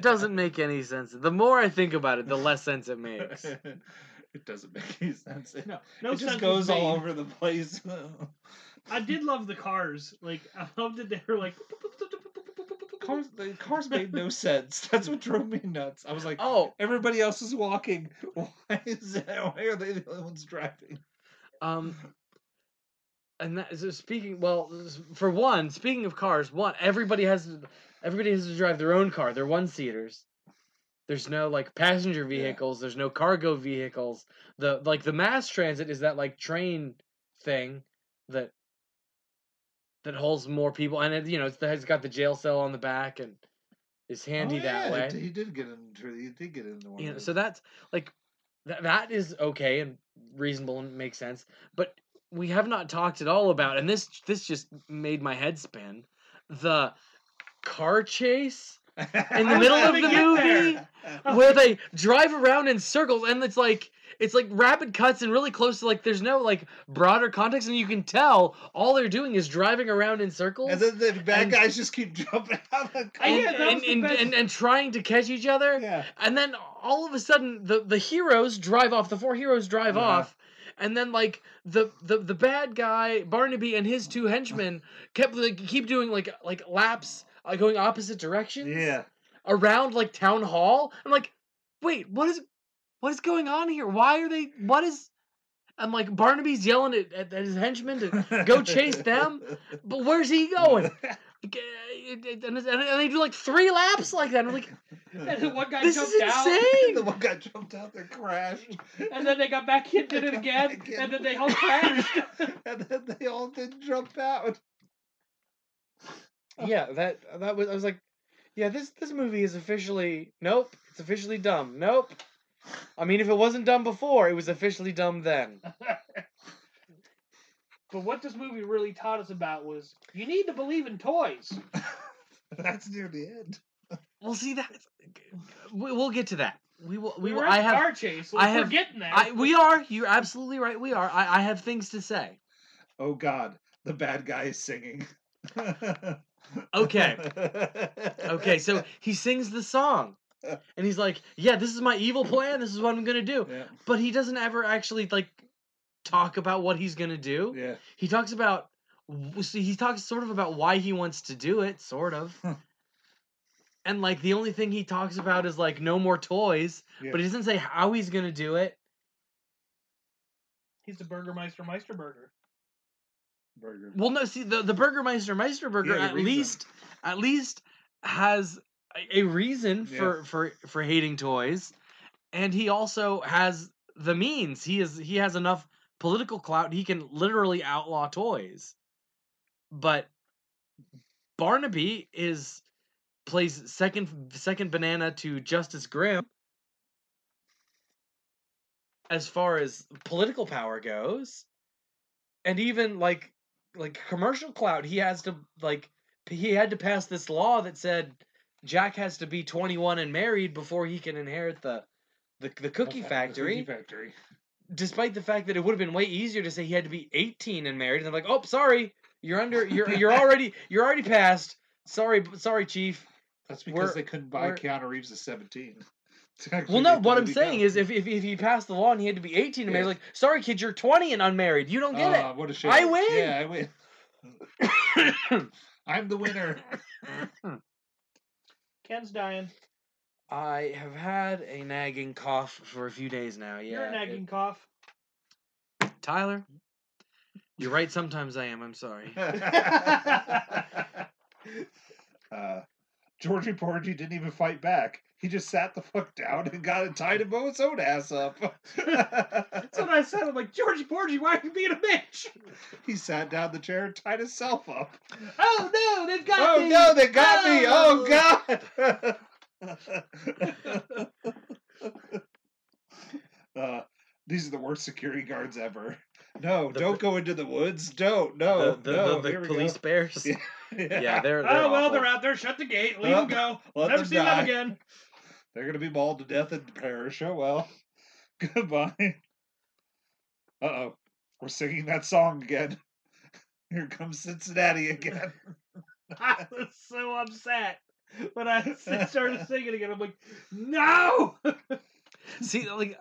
[SPEAKER 2] doesn't make any sense. The more I think about it, the less sense it makes.
[SPEAKER 1] it doesn't make any sense. It,
[SPEAKER 3] No, no
[SPEAKER 1] it just
[SPEAKER 3] sense was
[SPEAKER 1] goes all
[SPEAKER 3] made.
[SPEAKER 1] over the place.
[SPEAKER 3] I did love the cars. Like I loved that they were like.
[SPEAKER 1] cars, the cars made no sense. That's what drove me nuts. I was like,
[SPEAKER 2] Oh,
[SPEAKER 1] everybody else is walking. Why is that? Why are they the only ones driving?
[SPEAKER 2] um, and that so speaking. Well, s- for one, speaking of cars, one everybody has to, everybody has to drive their own car. They're one seaters. There's no like passenger
[SPEAKER 1] Yeah.
[SPEAKER 2] vehicles. There's no cargo vehicles. The like the mass transit is that like train thing that that holds more people, and it, you know it's, the, it's got the jail cell on the back and is handy
[SPEAKER 1] Oh,
[SPEAKER 2] that
[SPEAKER 1] yeah,
[SPEAKER 2] way.
[SPEAKER 1] He did get into. He did get into one. of
[SPEAKER 2] you know,
[SPEAKER 1] those.
[SPEAKER 2] so that's like th- that is okay and reasonable and makes sense but we have not talked at all about and this this just made my head spin the car chase in the
[SPEAKER 3] I was
[SPEAKER 2] middle of the
[SPEAKER 3] gonna get there.
[SPEAKER 2] movie where they drive around in circles and it's like it's like rapid cuts and really close to like there's no like broader context and you can tell all they're doing is driving around in circles
[SPEAKER 1] and then the bad
[SPEAKER 2] And-
[SPEAKER 1] guys just keep jumping out of the car.
[SPEAKER 3] I-
[SPEAKER 2] and,
[SPEAKER 3] yeah, that
[SPEAKER 2] and,
[SPEAKER 3] was the
[SPEAKER 2] and,
[SPEAKER 3] best-
[SPEAKER 2] and, and trying to catch each other
[SPEAKER 1] yeah.
[SPEAKER 2] and then all of a sudden, the the heroes drive off. The four heroes drive
[SPEAKER 1] Uh-huh.
[SPEAKER 2] off, and then like the, the the bad guy Barnaby and his two henchmen kept like keep doing like like laps uh, going opposite directions
[SPEAKER 1] Yeah.
[SPEAKER 2] around like town hall. I'm like, wait, what is what is going on here? Why are they? What is? I'm like Barnaby's yelling at, at, at his henchmen to, Go chase them? but where's he going? And, and and they do like three laps like that. I'm like,
[SPEAKER 3] And then one guy
[SPEAKER 2] this is
[SPEAKER 3] jumped out.
[SPEAKER 2] insane.
[SPEAKER 1] the one guy jumped out there, crashed,
[SPEAKER 3] And then they got back hit, did it again, and then they all crashed.
[SPEAKER 1] and then they all did jump out.
[SPEAKER 2] Oh.
[SPEAKER 4] yeah, that uh, that was. I was like, yeah, this this movie is officially nope. It's officially dumb. Nope. I mean, if it wasn't dumb before, it was officially dumb then.
[SPEAKER 2] Uh,
[SPEAKER 3] But what this movie really taught us about was you need to believe in toys.
[SPEAKER 1] That's near the end.
[SPEAKER 2] Well, see that we- we'll get to that. We will. We
[SPEAKER 3] We
[SPEAKER 2] will.
[SPEAKER 3] were in
[SPEAKER 2] I
[SPEAKER 3] a
[SPEAKER 2] have.
[SPEAKER 3] car chase.
[SPEAKER 2] I
[SPEAKER 3] I
[SPEAKER 2] have-
[SPEAKER 3] we're getting there.
[SPEAKER 2] I we are. You're absolutely right. We are. I, I have things to say.
[SPEAKER 1] Oh God, the bad guy is singing.
[SPEAKER 2] Okay. Okay. So he sings the song, and he's like, "Yeah, this is my evil plan. This is what I'm gonna do."
[SPEAKER 1] yeah,
[SPEAKER 2] But he doesn't ever actually like talk about what he's gonna do.
[SPEAKER 1] yeah.
[SPEAKER 2] He talks about. w- See, he talks sort of about why he wants to do it, sort of. And like the only thing he talks about is like no more toys,
[SPEAKER 1] Yeah.
[SPEAKER 2] but he doesn't say how he's gonna do it.
[SPEAKER 3] He's the Burgermeister Meisterburger.
[SPEAKER 1] Burger.
[SPEAKER 2] Well, no, see the the Burgermeister Meisterburger
[SPEAKER 1] Yeah, the
[SPEAKER 2] at
[SPEAKER 1] reason.
[SPEAKER 2] least at least has a- a reason
[SPEAKER 1] Yeah.
[SPEAKER 2] for for for hating toys, and he also has the means. He is he has enough political clout. He can literally outlaw toys, but Barnaby is plays second second banana to Justice Grimm. As far as political power goes, and even like like commercial clout, he has to like p- he had to pass this law that said Jack has to be 21 and married before he can inherit the the, the cookie factory
[SPEAKER 1] Cookie factory.
[SPEAKER 2] despite the fact that it would have been way easier to say he had to be 18 and married, and they're like, "Oh, sorry, you're under, you're you're already you're already past. Sorry, b- sorry, chief."
[SPEAKER 1] That's because they
[SPEAKER 2] We're-
[SPEAKER 1] couldn't buy
[SPEAKER 2] we're-
[SPEAKER 1] Keanu Reeves at 17. To actually
[SPEAKER 2] Well, no,
[SPEAKER 1] make the
[SPEAKER 2] what I'm
[SPEAKER 1] movie
[SPEAKER 2] saying
[SPEAKER 1] count.
[SPEAKER 2] is, if, if if he passed the law and he had to be 18 and married,
[SPEAKER 1] Yeah.
[SPEAKER 2] like, sorry, kid, you're 20 and unmarried. You don't get
[SPEAKER 1] Ah, What a shame.
[SPEAKER 2] I win!
[SPEAKER 1] Yeah, I win.
[SPEAKER 2] it.
[SPEAKER 1] I'm the winner.
[SPEAKER 3] Ken's dying.
[SPEAKER 2] I have had a nagging cough for a few days now. Yeah,
[SPEAKER 3] You're a nagging cough.
[SPEAKER 2] it- Tyler. You're right. Sometimes I am. I'm sorry.
[SPEAKER 1] uh, Georgie Porgy didn't even fight back. He just sat the fuck down and got it tied and bow his own ass up.
[SPEAKER 3] That's what I said. I'm like, Georgie Porgy, why are you being a bitch?
[SPEAKER 1] he sat down the chair and tied himself up.
[SPEAKER 3] Oh no, they've got
[SPEAKER 1] oh
[SPEAKER 3] me.
[SPEAKER 1] no, they got me!
[SPEAKER 3] Oh.
[SPEAKER 1] Oh god! uh, these are the worst security guards ever. No,
[SPEAKER 2] The-
[SPEAKER 1] don't go into the woods. Don't. No.
[SPEAKER 2] the the,
[SPEAKER 1] Oh, no.
[SPEAKER 2] the, the
[SPEAKER 1] here we go.
[SPEAKER 2] police bears.
[SPEAKER 1] Yeah.
[SPEAKER 2] Yeah, they're, they're
[SPEAKER 3] Oh well,
[SPEAKER 2] awful.
[SPEAKER 3] they're out there. Shut the gate. Leave them go.
[SPEAKER 1] Let
[SPEAKER 3] Never
[SPEAKER 1] them
[SPEAKER 3] see
[SPEAKER 1] die.
[SPEAKER 3] them again.
[SPEAKER 1] They're gonna be mauled to death in parish. Oh well. Goodbye. Uh oh. We're singing that song again. Here comes Cincinnati again.
[SPEAKER 3] I was so upset when I s- started singing again. I'm like, no.
[SPEAKER 2] See, like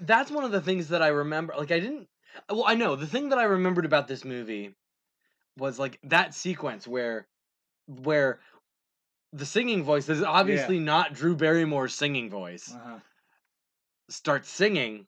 [SPEAKER 2] that's one of the things that I remember. Like I didn't. Well, I know the thing that I remembered about this movie was like that sequence where where the singing voice that is obviously not Drew Barrymore's singing voice
[SPEAKER 1] Uh-huh.
[SPEAKER 2] starts singing,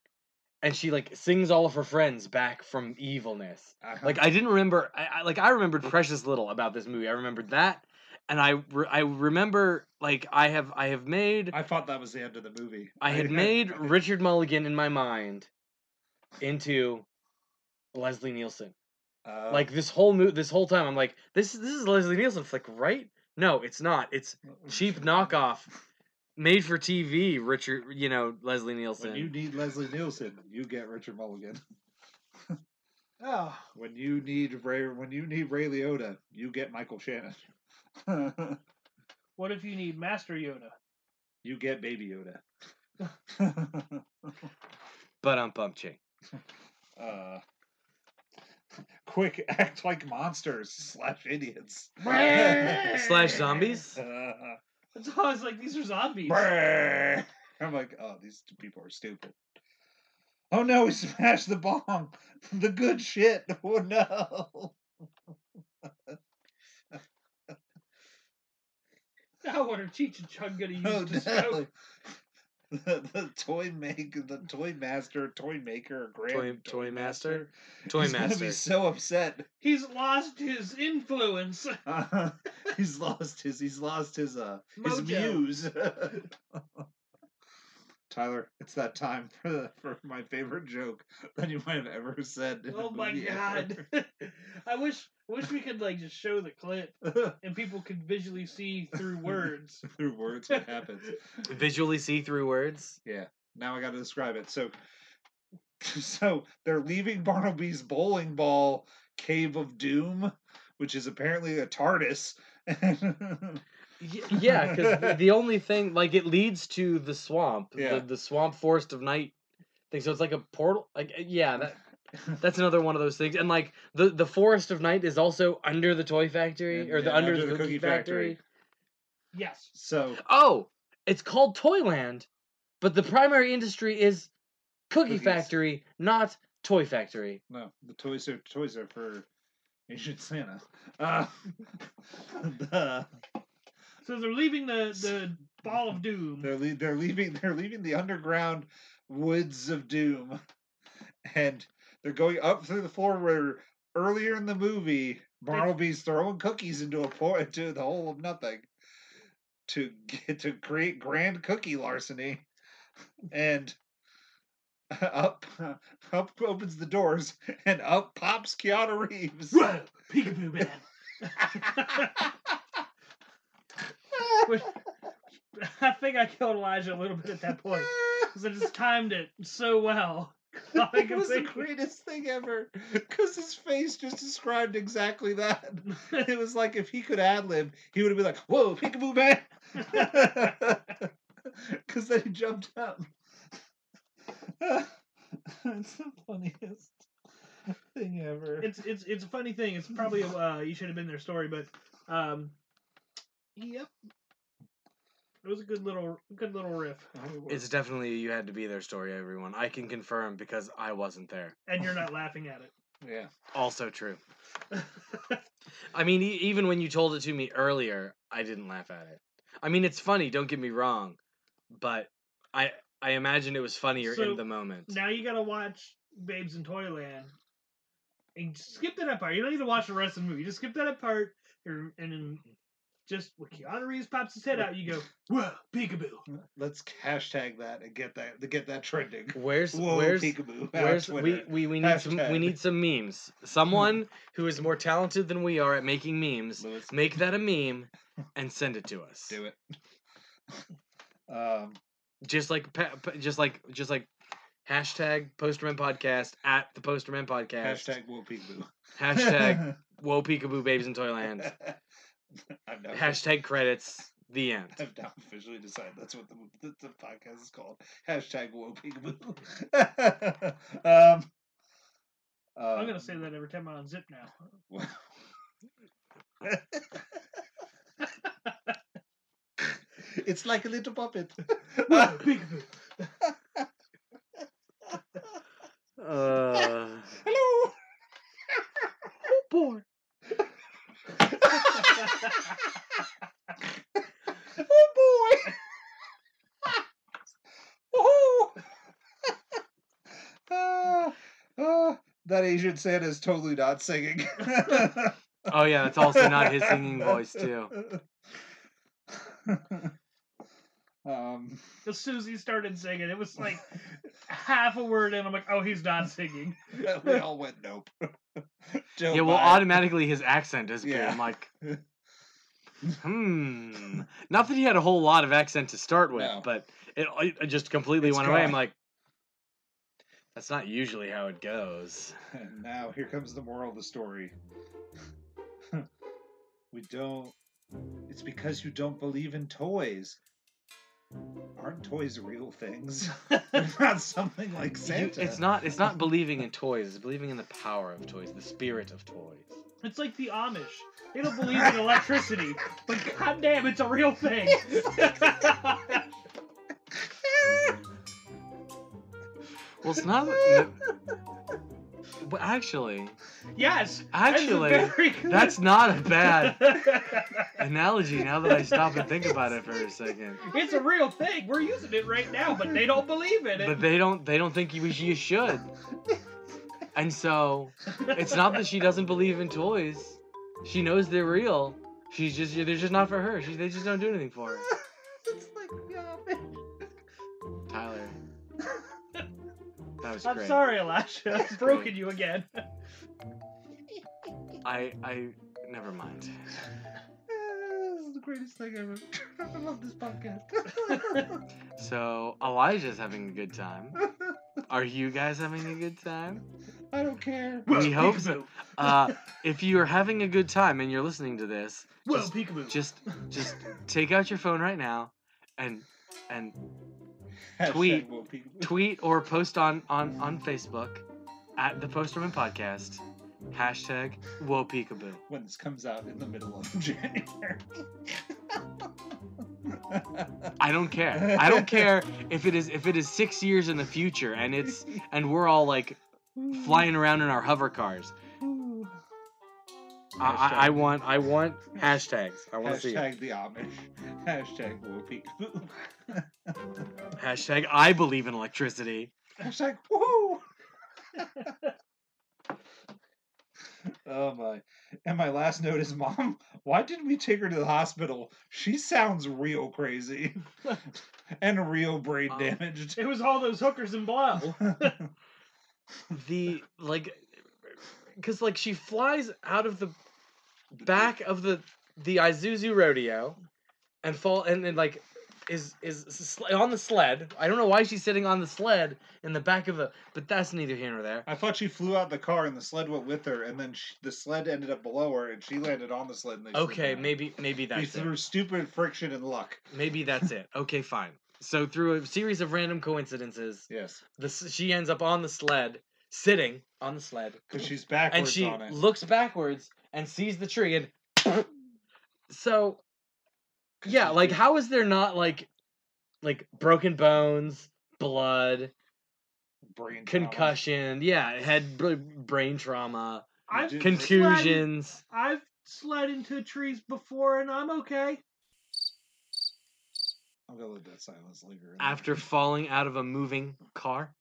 [SPEAKER 2] and she like sings all of her friends back from evilness.
[SPEAKER 1] Uh-huh.
[SPEAKER 2] Like I didn't remember. I, I like I remembered precious little about this movie. I remembered that, and I re- I remember like I have I have made
[SPEAKER 1] I thought that was the end of the movie.
[SPEAKER 2] I had made Richard Mulligan in my mind into Leslie Nielsen.
[SPEAKER 1] Uh,
[SPEAKER 2] Like this whole mo- this whole time, I'm like, this is this is Leslie Nielsen. It's like, right? No, it's not. It's cheap knockoff, made for TV. Richard, you know Leslie
[SPEAKER 1] When you
[SPEAKER 2] Nielsen.
[SPEAKER 1] need Leslie Nielsen, you get Richard Mulligan.
[SPEAKER 3] Oh,
[SPEAKER 1] When you need Ray, when you need Ray Liotta, you get Michael Shannon.
[SPEAKER 3] what if you need Master Yoda?
[SPEAKER 1] you get Baby Yoda.
[SPEAKER 2] But I'm bump ching.
[SPEAKER 1] uh, quick, act like monsters slash idiots.
[SPEAKER 2] Slash zombies.
[SPEAKER 1] Uh,
[SPEAKER 3] It's always like these are zombies.
[SPEAKER 1] brr. I'm like, oh, these two people are stupid. Oh no, we smashed the bomb. The good shit. Oh no.
[SPEAKER 3] Now what are Cheech and Chong gonna use
[SPEAKER 1] Oh
[SPEAKER 3] to
[SPEAKER 1] no.
[SPEAKER 3] smoke?
[SPEAKER 1] The, the toy maker, the toy master, toy maker, grand
[SPEAKER 2] Toy- toy master? Toy
[SPEAKER 1] He's gonna
[SPEAKER 2] Master.
[SPEAKER 1] be so upset.
[SPEAKER 3] He's lost his influence.
[SPEAKER 1] Uh, he's lost his. He's lost his. Uh, his
[SPEAKER 3] Mojo.
[SPEAKER 1] muse. Tyler, it's that time for the, for my favorite joke that you might have ever said. in a
[SPEAKER 3] Oh my
[SPEAKER 1] movie
[SPEAKER 3] god.
[SPEAKER 1] ever.
[SPEAKER 3] I wish wish we could like just show the clip and people could visually see through words.
[SPEAKER 1] Through words, what happens?
[SPEAKER 2] Visually see through words.
[SPEAKER 1] Now I got to describe it. So, so they're leaving Barnaby's bowling ball cave of doom, which is apparently a TARDIS.
[SPEAKER 2] Y- yeah, because the, the only thing like it leads to the swamp,
[SPEAKER 1] Yeah.
[SPEAKER 2] the, the swamp forest of night thing. So it's like a portal. Like uh, yeah, that that's another one of those things. And like the the forest of night is also under the toy factory
[SPEAKER 1] And-
[SPEAKER 2] or the
[SPEAKER 1] and
[SPEAKER 2] under, the, cookie, factory.
[SPEAKER 3] Yes.
[SPEAKER 1] so
[SPEAKER 2] Oh, it's called Toyland, but the primary industry is cookie
[SPEAKER 1] Cookies.
[SPEAKER 2] factory, not toy factory.
[SPEAKER 1] No, the toys are toys are for Asian Santa. Uh, the-
[SPEAKER 3] So they're leaving the the ball of doom.
[SPEAKER 1] they're le- they're leaving they're leaving the underground woods of doom, and they're going up through the floor where earlier in the movie Barnaby's throwing cookies into a pour into the hole of nothing to get to create grand cookie larceny, and. Up, up opens the doors, and up pops Keanu Reeves.
[SPEAKER 3] Whoa, peekaboo man. Which, I think I killed Elijah a little bit at that point because I just timed it so well. All I
[SPEAKER 1] it
[SPEAKER 3] can
[SPEAKER 1] was the
[SPEAKER 3] think
[SPEAKER 1] greatest thing ever because his face just described exactly that. It was like if he could ad lib, he would have been like, "Whoa, peekaboo, man!" Because then he jumped up. it's the funniest thing ever.
[SPEAKER 3] it's it's it's a funny thing. It's probably uh, you should have been there story, but um, yep, it was a good little good little riff.
[SPEAKER 2] It's definitely you had to be there story, everyone. I can confirm because I wasn't there.
[SPEAKER 3] and you're not laughing at it.
[SPEAKER 1] yeah.
[SPEAKER 2] Also true. I mean, e- even when you told it to me earlier, I didn't laugh at it. I mean, it's funny. Don't get me wrong, but I I imagine it was funnier
[SPEAKER 3] So,
[SPEAKER 2] in the moment.
[SPEAKER 3] now you gotta watch Babes in Toyland and skip that part. You don't need to watch the rest of the movie. Just skip that part, and and then just when Keanu Reeves pops his head out, you go, "Whoa, peekaboo!"
[SPEAKER 1] Let's hashtag that and get that to get that trending.
[SPEAKER 2] where's
[SPEAKER 1] Whoa,
[SPEAKER 2] where's
[SPEAKER 1] peekaboo. on
[SPEAKER 2] where's we,
[SPEAKER 1] Twitter.
[SPEAKER 2] we we need some we
[SPEAKER 1] Hashtag.
[SPEAKER 2] need some memes. Someone who is more talented than we are at making memes,
[SPEAKER 1] Lewis,
[SPEAKER 2] make that a meme and send it to us.
[SPEAKER 1] do it. um,
[SPEAKER 2] just like pa- pa- just like just like hashtag posterman podcast at the posterman podcast
[SPEAKER 1] hashtag whoa peekaboo.
[SPEAKER 2] hashtag whoa peekaboo babes in toyland
[SPEAKER 1] I've now,
[SPEAKER 2] hashtag credits the end
[SPEAKER 1] I've now officially decided that's what the, the, the podcast is called. Hashtag whoa peekaboo. um,
[SPEAKER 3] I'm gonna
[SPEAKER 1] um,
[SPEAKER 3] say that every time I unzip now.
[SPEAKER 1] Wow. it's like a little puppet.
[SPEAKER 3] Whoa, peekaboo!
[SPEAKER 2] uh,
[SPEAKER 1] Hello.
[SPEAKER 2] boy
[SPEAKER 1] oh boy. Woohoo. Ah, ah, that Asian Santa is totally not singing.
[SPEAKER 2] oh yeah it's also not his singing voice too
[SPEAKER 1] um.
[SPEAKER 3] As soon as he started singing, it was like half a word in. I'm like, "Oh, he's not singing."
[SPEAKER 1] we all went nope. Joe
[SPEAKER 2] yeah well
[SPEAKER 1] Biden.
[SPEAKER 2] automatically his accent disappeared
[SPEAKER 1] Yeah.
[SPEAKER 2] i'm like hmm not that he had a whole lot of accent to start with
[SPEAKER 1] No.
[SPEAKER 2] but it, it just completely
[SPEAKER 1] It's
[SPEAKER 2] went away i'm
[SPEAKER 1] gone.
[SPEAKER 2] like that's not usually how it goes
[SPEAKER 1] And now here comes the moral of the story. we don't. It's because you don't believe in toys. Aren't toys real things? They're not something like
[SPEAKER 2] You-
[SPEAKER 1] Santa.
[SPEAKER 2] it's not. It's not believing in toys. It's believing in the power of toys, the spirit of toys.
[SPEAKER 3] It's like the Amish. They don't believe in electricity, but goddamn, it's a real thing.
[SPEAKER 2] Well, it's not. no- but actually,
[SPEAKER 3] yes,
[SPEAKER 2] actually, that's not a bad analogy. Now that I stop and think about it for a second,
[SPEAKER 3] It's a real thing. We're using it right now, but they don't believe in
[SPEAKER 2] but
[SPEAKER 3] it.
[SPEAKER 2] they don't. They don't think you, you should. And so, it's not that she doesn't believe in toys. She knows they're real. She's just. They're just not for her. She, they just don't do anything for her.
[SPEAKER 1] it's like yeah,
[SPEAKER 2] Tyler. That was
[SPEAKER 3] I'm
[SPEAKER 2] great.
[SPEAKER 3] sorry, Elisha. I've broken you again.
[SPEAKER 2] I I never mind.
[SPEAKER 1] this is the greatest thing ever. I love this podcast.
[SPEAKER 2] So Elijah's having a good time. Are you guys having a good time?
[SPEAKER 1] I don't care.
[SPEAKER 2] We hope so. Uh, if you are having a good time and you're listening to this,
[SPEAKER 3] Whoa,
[SPEAKER 2] Just-
[SPEAKER 3] peekaboo.
[SPEAKER 2] just just take out your phone right now, and and
[SPEAKER 1] Hashtag
[SPEAKER 2] Tweet.
[SPEAKER 1] woke people.
[SPEAKER 2] tweet or post on on on Facebook at the Posterman Podcast hashtag Whoa Peekaboo.
[SPEAKER 1] when this comes out in the middle of January.
[SPEAKER 2] I don't care. I don't care if it is if it is six years in the future and it's and we're all like flying around in our hover cars. I, I- I
[SPEAKER 1] Hashtag.
[SPEAKER 2] want I want hashtags. I want to see it.
[SPEAKER 1] Hashtag the Amish. Hashtag whoa peekaboo.
[SPEAKER 2] hashtag I believe in electricity.
[SPEAKER 1] Hashtag woohoo. oh my. And my last note is Mom, why didn't we take her to the hospital? She sounds real crazy and real brain
[SPEAKER 2] Um,
[SPEAKER 1] damaged.
[SPEAKER 3] It was all those hookers and blow.
[SPEAKER 2] The like, because like she flies out of the back of the the Izuzu rodeo and fall and then like is is sl- on the sled. I don't know why she's sitting on the sled in the back of a but that's neither here nor there.
[SPEAKER 1] I thought she flew out the car and the sled went with her, and then she, the sled ended up below her, and she landed on the sled. And they slid
[SPEAKER 2] Okay,
[SPEAKER 1] down.
[SPEAKER 2] maybe
[SPEAKER 1] Be
[SPEAKER 2] maybe that's it.
[SPEAKER 1] through stupid friction and luck.
[SPEAKER 2] Maybe that's it. Okay, fine. So through a series of random coincidences,
[SPEAKER 1] Yes,
[SPEAKER 2] the, s- she ends up on the sled, sitting on the sled,
[SPEAKER 1] because she's backwards
[SPEAKER 2] and she
[SPEAKER 1] on it.
[SPEAKER 2] looks backwards and sees the tree and so yeah, like how is there not like like broken bones, blood,
[SPEAKER 1] Brain trauma.
[SPEAKER 2] concussion, yeah, head br- brain trauma,
[SPEAKER 3] I've
[SPEAKER 1] Dude,
[SPEAKER 2] contusions.
[SPEAKER 3] I've slid into trees before and I'm okay.
[SPEAKER 1] I'm gonna let that silence linger. in there.
[SPEAKER 2] After falling out of a moving car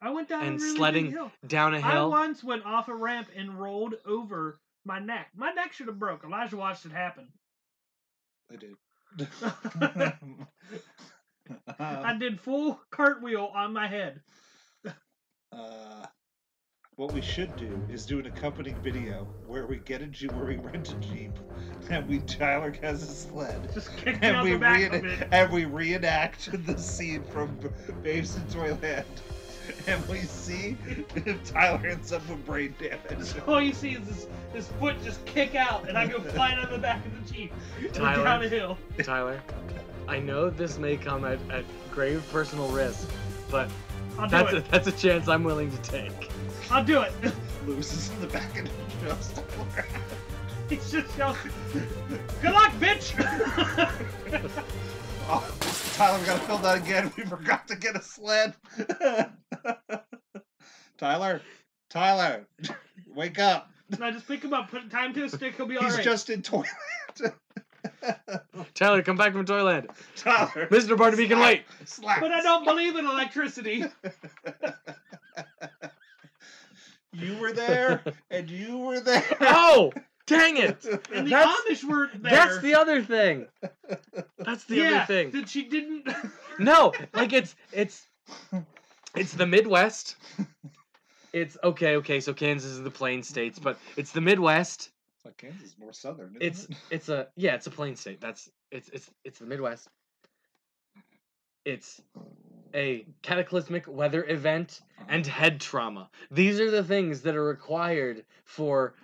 [SPEAKER 3] I went down
[SPEAKER 2] And
[SPEAKER 3] a really big
[SPEAKER 2] sledding
[SPEAKER 3] hill.
[SPEAKER 2] down a
[SPEAKER 3] I
[SPEAKER 2] hill.
[SPEAKER 3] once went off a ramp and rolled over my neck. My neck should have broke. Elijah watched it happen.
[SPEAKER 1] I did. Oh.
[SPEAKER 3] I did full cartwheel on my head.
[SPEAKER 1] uh, what we should do is do an accompanying video where we get a jeep, where we rent a jeep, and we Tyler has a sled,
[SPEAKER 3] Just kicked me
[SPEAKER 1] and
[SPEAKER 3] out
[SPEAKER 1] we
[SPEAKER 3] the back
[SPEAKER 1] reena-
[SPEAKER 3] of it.
[SPEAKER 1] and we reenact the scene from B- Babes in Toyland, and we see if Tyler ends up with brain damage.
[SPEAKER 3] Just all you see is his, his foot just kick out and I go flying out the back of the jeep and
[SPEAKER 2] Tyler.
[SPEAKER 3] down a hill.
[SPEAKER 2] Tyler, I know this may come at, at grave personal risk, but
[SPEAKER 3] I'll do
[SPEAKER 2] that's a,
[SPEAKER 3] it.
[SPEAKER 2] that's a chance I'm willing to take.
[SPEAKER 3] I'll do it.
[SPEAKER 1] Loses in the back of the house, Tyler.
[SPEAKER 3] He's just yells, Good luck, bitch!
[SPEAKER 1] Oh, Tyler, we gotta fill that again. We forgot to get a sled. Tyler, Tyler, wake up.
[SPEAKER 3] now just pick him up, put time to a stick, he'll be
[SPEAKER 1] He's
[SPEAKER 3] alright.
[SPEAKER 1] just in toilet.
[SPEAKER 2] Tyler, come back from Toyland.
[SPEAKER 1] Tyler,
[SPEAKER 2] Mr. Barnaby can wait.
[SPEAKER 1] slap.
[SPEAKER 3] But I don't believe in electricity.
[SPEAKER 1] You were there, and you were there.
[SPEAKER 2] Oh, dang it.
[SPEAKER 3] And the
[SPEAKER 2] That's-
[SPEAKER 3] Amish were there.
[SPEAKER 2] That's the other thing. That's the
[SPEAKER 3] yeah,
[SPEAKER 2] other thing.
[SPEAKER 3] That she didn't.
[SPEAKER 2] No, like it's it's it's the Midwest. It's okay, okay, so Kansas is the plain states, but it's the Midwest.
[SPEAKER 1] Like Kansas is more southern. Isn't
[SPEAKER 2] It's
[SPEAKER 1] it?
[SPEAKER 2] it's a yeah, it's a plain state. That's it's it's it's the Midwest. It's a cataclysmic weather event and head trauma. These are the things that are required for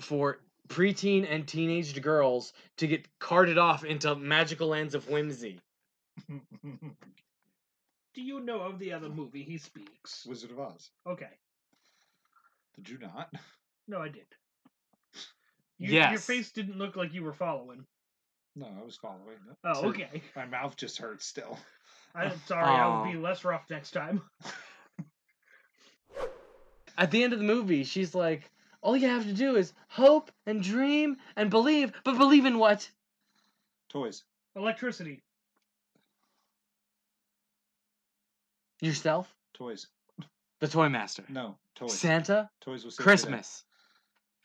[SPEAKER 2] for preteen and teenaged girls to get carted off into magical lands of whimsy.
[SPEAKER 3] Do you know of the other movie he speaks?
[SPEAKER 1] Wizard of Oz.
[SPEAKER 3] Okay.
[SPEAKER 1] Did you not?
[SPEAKER 3] No, I did. You, Your
[SPEAKER 2] Yes.
[SPEAKER 3] face didn't look like you were following.
[SPEAKER 1] No, I was following. it.
[SPEAKER 3] Oh,
[SPEAKER 2] So-
[SPEAKER 3] okay.
[SPEAKER 1] My mouth just hurts still.
[SPEAKER 3] I'm sorry. I would
[SPEAKER 2] Aw.
[SPEAKER 3] be less rough next time.
[SPEAKER 2] At the end of the movie, she's like, "All you have to do is hope and dream and believe, but believe in what?
[SPEAKER 1] Toys.
[SPEAKER 3] Electricity.
[SPEAKER 2] Yourself,
[SPEAKER 1] Toys.
[SPEAKER 2] the toy master,
[SPEAKER 1] No. Toys.
[SPEAKER 2] Santa,
[SPEAKER 1] toys was
[SPEAKER 2] Christmas."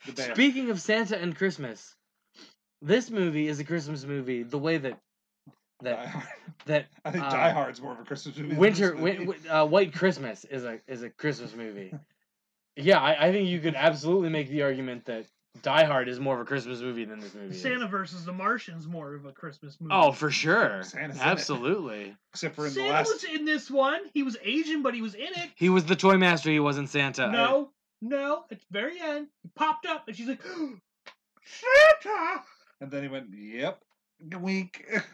[SPEAKER 1] The bear.
[SPEAKER 2] Speaking of Santa and Christmas, this movie is a Christmas movie. The way that
[SPEAKER 1] Die
[SPEAKER 2] that
[SPEAKER 1] Hard.
[SPEAKER 2] that
[SPEAKER 1] I think
[SPEAKER 2] uh,
[SPEAKER 1] Die Hard's more of a Christmas movie. than
[SPEAKER 2] Winter
[SPEAKER 1] this
[SPEAKER 2] win,
[SPEAKER 1] movie.
[SPEAKER 2] Win- uh, White Christmas is a is a Christmas movie. yeah, I, I think you could absolutely make the argument that Die Hard is more of a Christmas movie than this movie. is.
[SPEAKER 3] Santa versus the Martians more of a Christmas movie.
[SPEAKER 2] Oh, for sure.
[SPEAKER 1] Santa's in it.
[SPEAKER 2] Absolutely.
[SPEAKER 1] except for in
[SPEAKER 3] Santa
[SPEAKER 1] the last.
[SPEAKER 3] was in this one. He was Asian, but he was in it.
[SPEAKER 2] He was the toy master. He wasn't Santa.
[SPEAKER 3] No, no. At the very end, he popped up, and she's like, Santa.
[SPEAKER 1] And then he went, "Yep, wink."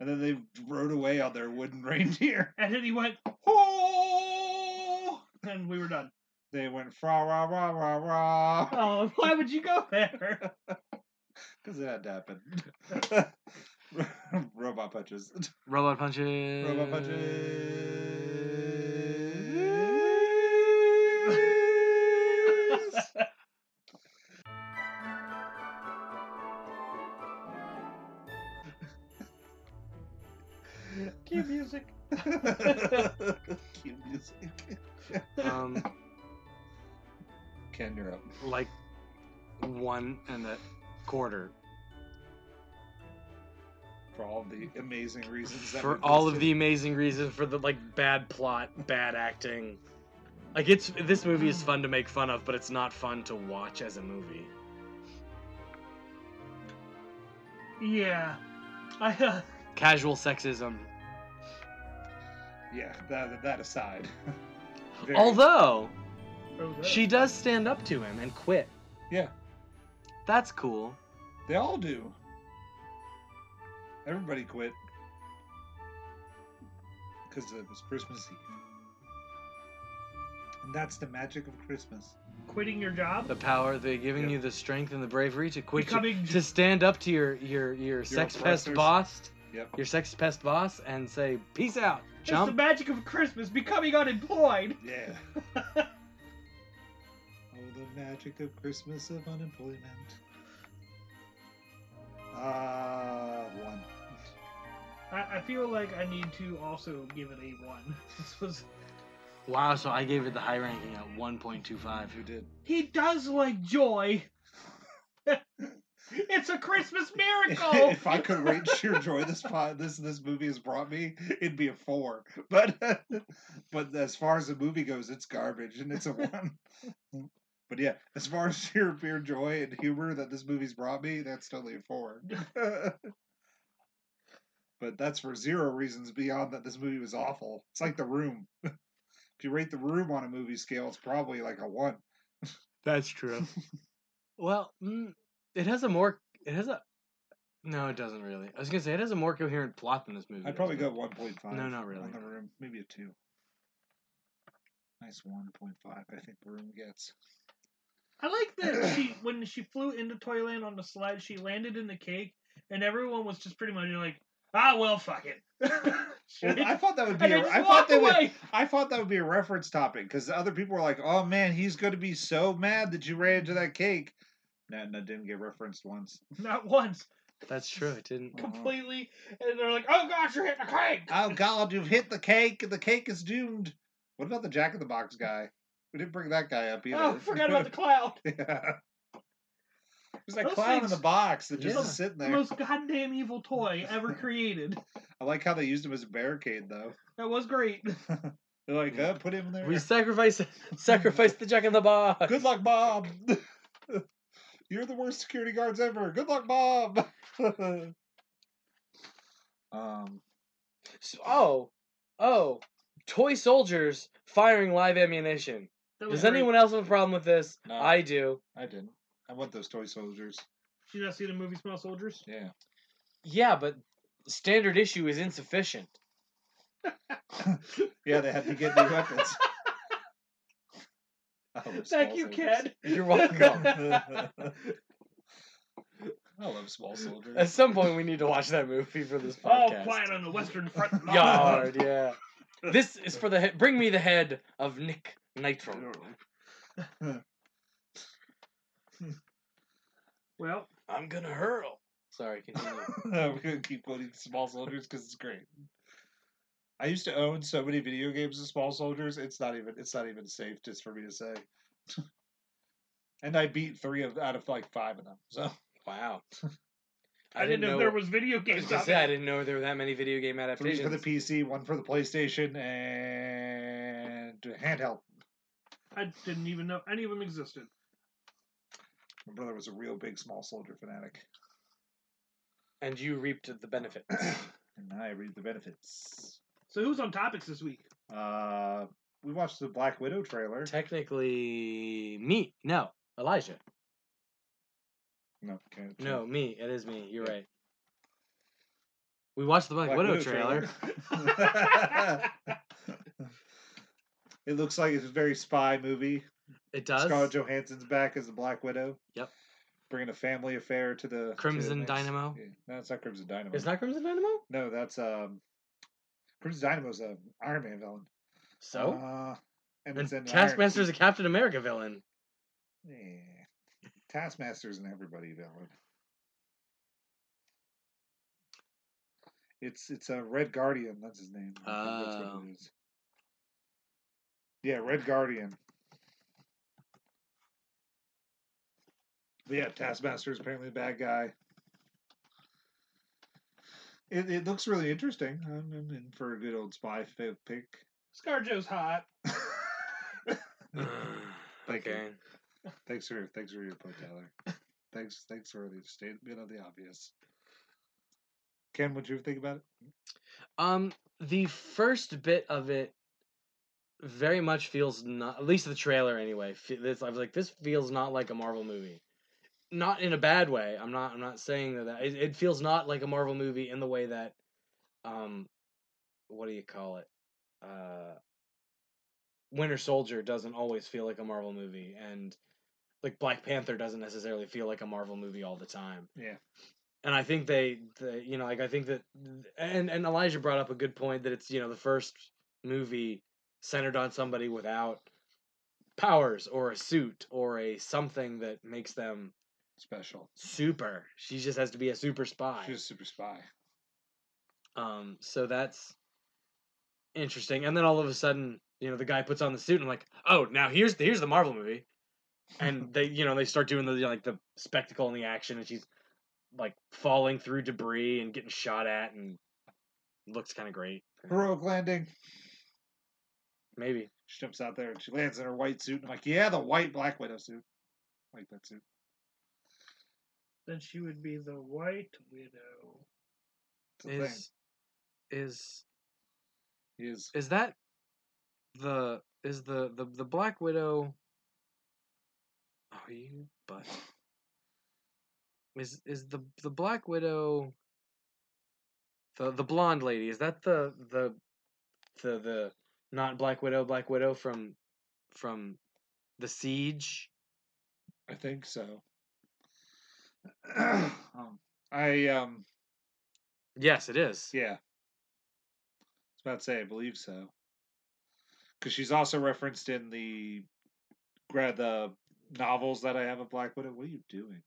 [SPEAKER 1] And then they rode away on their wooden reindeer.
[SPEAKER 3] And then he went,
[SPEAKER 1] Oh!
[SPEAKER 3] and we were done.
[SPEAKER 1] They went fra ra ra ra ra
[SPEAKER 3] Oh, why would you go there?
[SPEAKER 1] because it had to happen. Robot punches.
[SPEAKER 2] Robot punches.
[SPEAKER 1] Robot punches.
[SPEAKER 3] Cue music.
[SPEAKER 1] Cue music.
[SPEAKER 2] Um,
[SPEAKER 1] Ken, you're up.
[SPEAKER 2] like one and a quarter
[SPEAKER 1] For all the amazing reasons that
[SPEAKER 2] for
[SPEAKER 1] we've
[SPEAKER 2] all of
[SPEAKER 1] listed.
[SPEAKER 2] the amazing reasons for the like bad plot, bad acting. Like it's this movie is fun to make fun of, but it's not fun to watch as a movie.
[SPEAKER 3] Yeah. I, uh,
[SPEAKER 2] Casual sexism.
[SPEAKER 1] Yeah, that, that aside. Very-
[SPEAKER 2] Although
[SPEAKER 3] oh, no.
[SPEAKER 2] she does stand up to him and quit.
[SPEAKER 1] Yeah.
[SPEAKER 2] That's cool.
[SPEAKER 1] they all do. Everybody quit because it was Christmas Eve, and that's the magic of Christmas.
[SPEAKER 3] quitting your job.
[SPEAKER 2] The power they're giving
[SPEAKER 1] Yeah.
[SPEAKER 2] you the strength and the bravery to quit your-
[SPEAKER 3] Becoming-
[SPEAKER 2] to stand up to your your your, sex pest
[SPEAKER 1] oppressors.
[SPEAKER 2] boss,
[SPEAKER 1] Yep.
[SPEAKER 2] your sex pest boss and say peace out.
[SPEAKER 3] It's the
[SPEAKER 2] Chump.
[SPEAKER 3] magic of Christmas, becoming unemployed.
[SPEAKER 1] Yeah. oh, the magic of Christmas of unemployment. Ah, one.
[SPEAKER 3] I, I feel like I need to also give it a one. This was
[SPEAKER 2] Wow, so I gave it the high ranking at 1.25.
[SPEAKER 1] You did.
[SPEAKER 3] he does like joy. it's a Christmas miracle.
[SPEAKER 1] if I could rate sheer joy this pod, this this movie has brought me, it'd be a four. But but as far as the movie goes, it's garbage and it's a one. But yeah, as far as sheer pure joy and humor that this movie's brought me, that's totally a four. but that's for zero reasons beyond that this movie was awful. It's like The Room. if you rate The Room on a movie scale, it's probably like a one.
[SPEAKER 2] That's true. well, mm, it has a more it has a no, it doesn't really. I was gonna say it has a more coherent plot than this movie.
[SPEAKER 1] I'd
[SPEAKER 2] does,
[SPEAKER 1] probably
[SPEAKER 2] but-
[SPEAKER 1] go one point five.
[SPEAKER 2] No, not really.
[SPEAKER 1] On the room, maybe a two. Nice one point five. I think the room gets.
[SPEAKER 3] I like that she when she flew into Toyland on the slide, she landed in the cake, and everyone was just pretty much like, "Ah, well, fuck it."
[SPEAKER 1] Well, I thought that would be.
[SPEAKER 3] and they
[SPEAKER 1] A,
[SPEAKER 3] just
[SPEAKER 1] I thought
[SPEAKER 3] walked
[SPEAKER 1] that would.
[SPEAKER 3] away.
[SPEAKER 1] I thought that would be a reference topic because other people were like, "Oh man, he's going to be so mad that you ran into that cake." No, no, didn't get referenced once.
[SPEAKER 3] Not once,
[SPEAKER 2] That's true. It didn't.
[SPEAKER 1] Uh-huh.
[SPEAKER 3] completely, and they're like, "Oh gosh, you're hitting the cake."
[SPEAKER 1] Oh God, you've hit the cake. The cake is doomed. What about the Jack in the Box guy? We didn't bring that guy up either.
[SPEAKER 3] Oh, forgot about the cloud.
[SPEAKER 1] yeah. There's that
[SPEAKER 3] Those
[SPEAKER 1] clown in
[SPEAKER 3] things-
[SPEAKER 1] the box that just
[SPEAKER 2] Yeah.
[SPEAKER 1] is sitting
[SPEAKER 3] The
[SPEAKER 1] there.
[SPEAKER 3] most goddamn evil toy ever created.
[SPEAKER 1] I like how they used him as a barricade, though.
[SPEAKER 3] That was great.
[SPEAKER 1] They're like,
[SPEAKER 2] Yeah.
[SPEAKER 1] uh, put him in there.
[SPEAKER 2] We sacrifice sacrifice the Jack in the Box.
[SPEAKER 1] Good luck, Bob. You're the worst security guards ever. Good luck, Bob. um,
[SPEAKER 2] So- oh, oh, toy soldiers firing live ammunition.
[SPEAKER 3] That was
[SPEAKER 2] Does
[SPEAKER 3] great.
[SPEAKER 2] anyone else have a problem with this?
[SPEAKER 1] No.
[SPEAKER 2] I do.
[SPEAKER 1] I didn't. I want those toy soldiers.
[SPEAKER 3] Did you not see the movie Small Soldiers?
[SPEAKER 1] Yeah.
[SPEAKER 2] Yeah, but standard issue is insufficient.
[SPEAKER 1] Yeah, they had to get new weapons. I love
[SPEAKER 3] Thank
[SPEAKER 1] small
[SPEAKER 3] you,
[SPEAKER 1] soldiers.
[SPEAKER 3] Ken.
[SPEAKER 2] You're welcome.
[SPEAKER 1] I love small soldiers.
[SPEAKER 2] At some point, we need to watch that movie for this
[SPEAKER 3] All
[SPEAKER 2] podcast.
[SPEAKER 3] Oh, quiet on the Western Front.
[SPEAKER 2] Yard, yeah. This is for the he- bring me the head of Nick Nitro.
[SPEAKER 3] Well,
[SPEAKER 2] I'm gonna hurl. Sorry, continue.
[SPEAKER 1] I'm gonna keep quoting Small Soldiers because it's great. I used to own so many video games of Small Soldiers. It's not even it's not even safe just for me to say. and I beat three of out of like five of them. So
[SPEAKER 2] wow.
[SPEAKER 3] I, didn't know, there was video
[SPEAKER 2] I, was
[SPEAKER 3] games
[SPEAKER 2] gonna
[SPEAKER 3] out
[SPEAKER 2] say, I
[SPEAKER 3] there.
[SPEAKER 2] didn't know there were that many video game
[SPEAKER 1] three
[SPEAKER 2] adaptations.
[SPEAKER 1] for the PC, one for the PlayStation, and handheld.
[SPEAKER 3] I didn't even know any of them existed.
[SPEAKER 1] My brother was a real big Small Soldier fanatic,
[SPEAKER 2] and you reaped the benefits.
[SPEAKER 1] and I read the benefits.
[SPEAKER 3] So who's on topics this week?
[SPEAKER 1] Uh, we watched the Black Widow trailer.
[SPEAKER 2] Technically, me. No, Elijah.
[SPEAKER 1] No, okay,
[SPEAKER 2] No, me. It is me. You're right. We watched the Black, Widow, trailer.
[SPEAKER 1] it looks like it's a very spy movie.
[SPEAKER 2] It does.
[SPEAKER 1] Scarlett Johansson's back as the Black Widow.
[SPEAKER 2] Yep.
[SPEAKER 1] Bringing a family affair to the to the
[SPEAKER 2] Crimson
[SPEAKER 1] mix.
[SPEAKER 2] Dynamo?
[SPEAKER 1] Yeah. No, it's not Crimson Dynamo.
[SPEAKER 2] It's not Crimson Dynamo.
[SPEAKER 1] No, that's um, Crimson Dynamo's an Iron Man villain.
[SPEAKER 2] So
[SPEAKER 1] Uh, and,
[SPEAKER 2] and
[SPEAKER 1] it's in
[SPEAKER 2] Taskmaster's a
[SPEAKER 1] Iron...
[SPEAKER 2] Captain America villain.
[SPEAKER 1] Yeah. Eh, Taskmaster's an everybody villain. It's it's a Red Guardian. That's his name. I think that's what
[SPEAKER 2] Oh.
[SPEAKER 1] it is. Yeah, Red Guardian. But yeah, Taskmaster is apparently a bad guy. It, it looks really interesting. I'm, I'm in for a good old spy fi- pick.
[SPEAKER 3] ScarJo's hot.
[SPEAKER 2] Uh.
[SPEAKER 1] Thank you.
[SPEAKER 2] okay.
[SPEAKER 1] Thanks for thanks for your input, Tyler. thanks thanks for the statement of the obvious. Ken, what you think about it?
[SPEAKER 2] Um, the first bit of it very much feels not, at least the trailer anyway. Fe- this I was like, this feels not like a Marvel movie, not in a bad way. I'm not. I'm not saying that. that it, it feels not like a Marvel movie in the way that, um, what do you call it? Uh, Winter Soldier doesn't always feel like a Marvel movie, and like Black Panther doesn't necessarily feel like a Marvel movie all the time
[SPEAKER 1] Yeah.
[SPEAKER 2] and I think they, they you know, like I think that, and and Elijah brought up a good point that it's you know the first movie centered on somebody without powers or a suit or a something that makes them
[SPEAKER 1] Special.
[SPEAKER 2] super. She just has to be a super spy.
[SPEAKER 1] She's a super spy.
[SPEAKER 2] Um, so that's interesting. And then all of a sudden, you know, the guy puts on the suit and I'm like, oh, now here's the, here's the Marvel movie. And they, you know, they start doing the you know, like the spectacle and the action, and she's like falling through debris and getting shot at, and looks kind of great.
[SPEAKER 1] Heroic landing.
[SPEAKER 2] Maybe
[SPEAKER 1] She jumps out there and she lands in her white suit. And I'm like, yeah, the white Black Widow suit. Like that suit.
[SPEAKER 3] Then she would be the White Widow.
[SPEAKER 1] It's a thing.
[SPEAKER 5] Is is
[SPEAKER 1] He is
[SPEAKER 5] is that the is the the, the Black Widow? Are you but is is the the Black Widow the the blonde lady? Is that the the
[SPEAKER 2] the the not Black Widow, Black Widow from
[SPEAKER 5] from the Siege?
[SPEAKER 1] I think so. um, I um
[SPEAKER 5] Yes, it is.
[SPEAKER 1] yeah. I was about to say I believe so. Cause she's also referenced in the grad the novels that I have of Black Widow. What are you doing?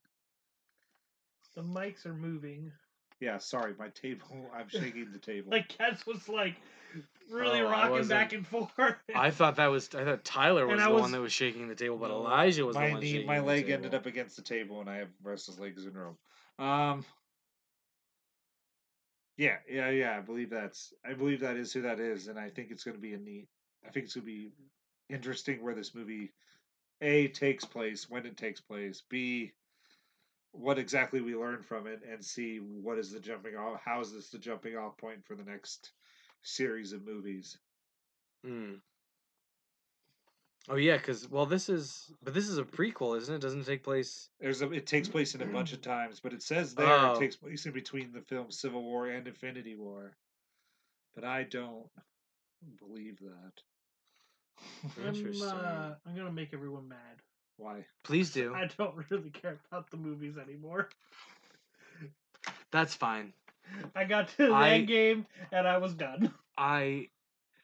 [SPEAKER 3] The mics are moving.
[SPEAKER 1] Yeah, sorry, my table I'm shaking the table.
[SPEAKER 3] Like Kez was like really
[SPEAKER 5] Oh, I
[SPEAKER 3] rocking
[SPEAKER 5] wasn't-
[SPEAKER 3] back and forth.
[SPEAKER 5] I thought that was I thought Tyler
[SPEAKER 3] And
[SPEAKER 5] was
[SPEAKER 3] I
[SPEAKER 5] the
[SPEAKER 3] was-
[SPEAKER 5] one that was shaking the table, but
[SPEAKER 1] No,
[SPEAKER 5] Elijah was the
[SPEAKER 1] my
[SPEAKER 5] one
[SPEAKER 1] knee,
[SPEAKER 5] shaking
[SPEAKER 1] my
[SPEAKER 5] the
[SPEAKER 1] leg
[SPEAKER 5] table.
[SPEAKER 1] ended up against the table, and I have restless leg syndrome. Um, yeah, yeah, yeah. I believe that's. I believe that is who that is, and I think it's going to be a neat. I think it's going to be interesting where this movie a takes place, when it takes place, b what exactly we learn from it, and c what is the jumping off. How is this the jumping off point for the next series of movies?
[SPEAKER 5] Mm. Oh yeah, because well, this is but this is a prequel, isn't it? Doesn't it take place?
[SPEAKER 1] There's a, it takes place in a bunch of times, but it says there it
[SPEAKER 5] Oh.
[SPEAKER 1] takes place in between the films Civil War and Infinity War. But I don't believe that.
[SPEAKER 3] I'm,
[SPEAKER 5] Interesting.
[SPEAKER 3] uh, I'm gonna make everyone mad.
[SPEAKER 1] Why?
[SPEAKER 5] Please do.
[SPEAKER 3] I don't really care about the movies anymore.
[SPEAKER 5] That's fine.
[SPEAKER 3] I got to the
[SPEAKER 5] I-
[SPEAKER 3] end game and I was done.
[SPEAKER 5] I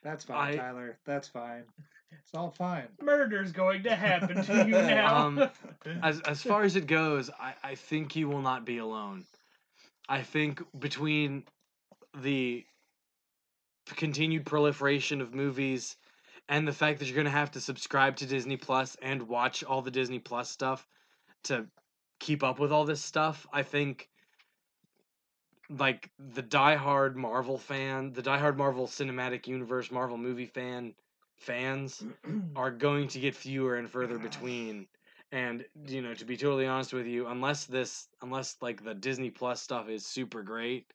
[SPEAKER 1] That's fine,
[SPEAKER 5] I-
[SPEAKER 1] Tyler. That's fine. It's all fine.
[SPEAKER 3] Murder's going to happen to you now.
[SPEAKER 5] Um, as as far as it goes, I I think you will not be alone. I think between the continued proliferation of movies and the fact that you're going to have to subscribe to Disney Plus and watch all the Disney Plus stuff to keep up with all this stuff, I think like the diehard Marvel fan, the diehard Marvel cinematic universe Marvel movie fan fans are going to get fewer and further between and you know to be totally honest with you unless this unless like the disney plus stuff is super great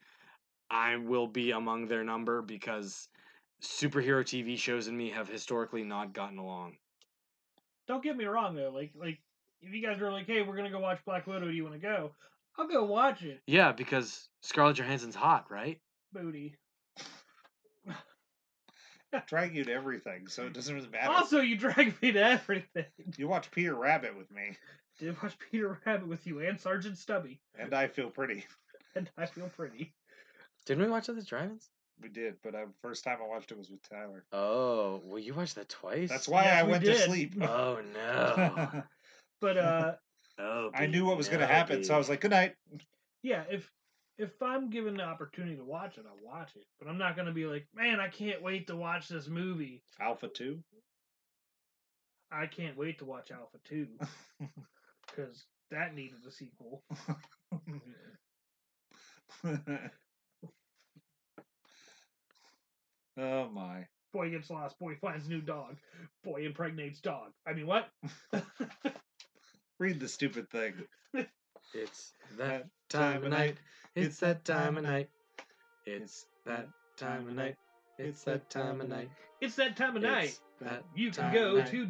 [SPEAKER 5] i will be among their number because superhero tv shows and me have historically not gotten along
[SPEAKER 3] don't get me wrong though. Like like if you guys were like, hey, we're gonna go watch Black Widow. Do you want to go? I'll go watch it.
[SPEAKER 5] yeah because scarlett johansson's hot right
[SPEAKER 3] Booty.
[SPEAKER 1] Drag you to everything, so it doesn't really matter.
[SPEAKER 3] Also, you dragged me to everything.
[SPEAKER 1] You watch Peter Rabbit with me,
[SPEAKER 3] Did watch Peter Rabbit with you and Sergeant Stubby,
[SPEAKER 1] and I feel pretty.
[SPEAKER 3] and I feel pretty.
[SPEAKER 5] didn't we watch that at the drive-ins
[SPEAKER 1] We did, but the first time I watched it was with Tyler.
[SPEAKER 5] oh well you watched that twice
[SPEAKER 1] That's why
[SPEAKER 3] Yes,
[SPEAKER 1] I
[SPEAKER 3] we
[SPEAKER 1] went to
[SPEAKER 3] did.
[SPEAKER 1] sleep.
[SPEAKER 5] oh no
[SPEAKER 3] But uh,
[SPEAKER 5] oh
[SPEAKER 1] I knew what was going to happen, so I was like, good night.
[SPEAKER 3] yeah, if if I'm given the opportunity to watch it, I'll watch it. But I'm not gonna be like, man, I can't wait to watch this movie.
[SPEAKER 1] Alpha 2?
[SPEAKER 3] I can't wait to watch Alpha Two because that needed a sequel.
[SPEAKER 1] oh my.
[SPEAKER 3] Boy gets lost. Boy finds new dog. Boy impregnates dog. I mean, what?
[SPEAKER 1] Read the stupid thing.
[SPEAKER 5] it's
[SPEAKER 1] That
[SPEAKER 5] that time of night it's that time of night It's that time of night. It's that time of night.
[SPEAKER 3] It's that time of night.
[SPEAKER 5] It's that
[SPEAKER 3] You
[SPEAKER 5] time
[SPEAKER 3] can
[SPEAKER 5] of
[SPEAKER 3] go
[SPEAKER 5] night.
[SPEAKER 3] to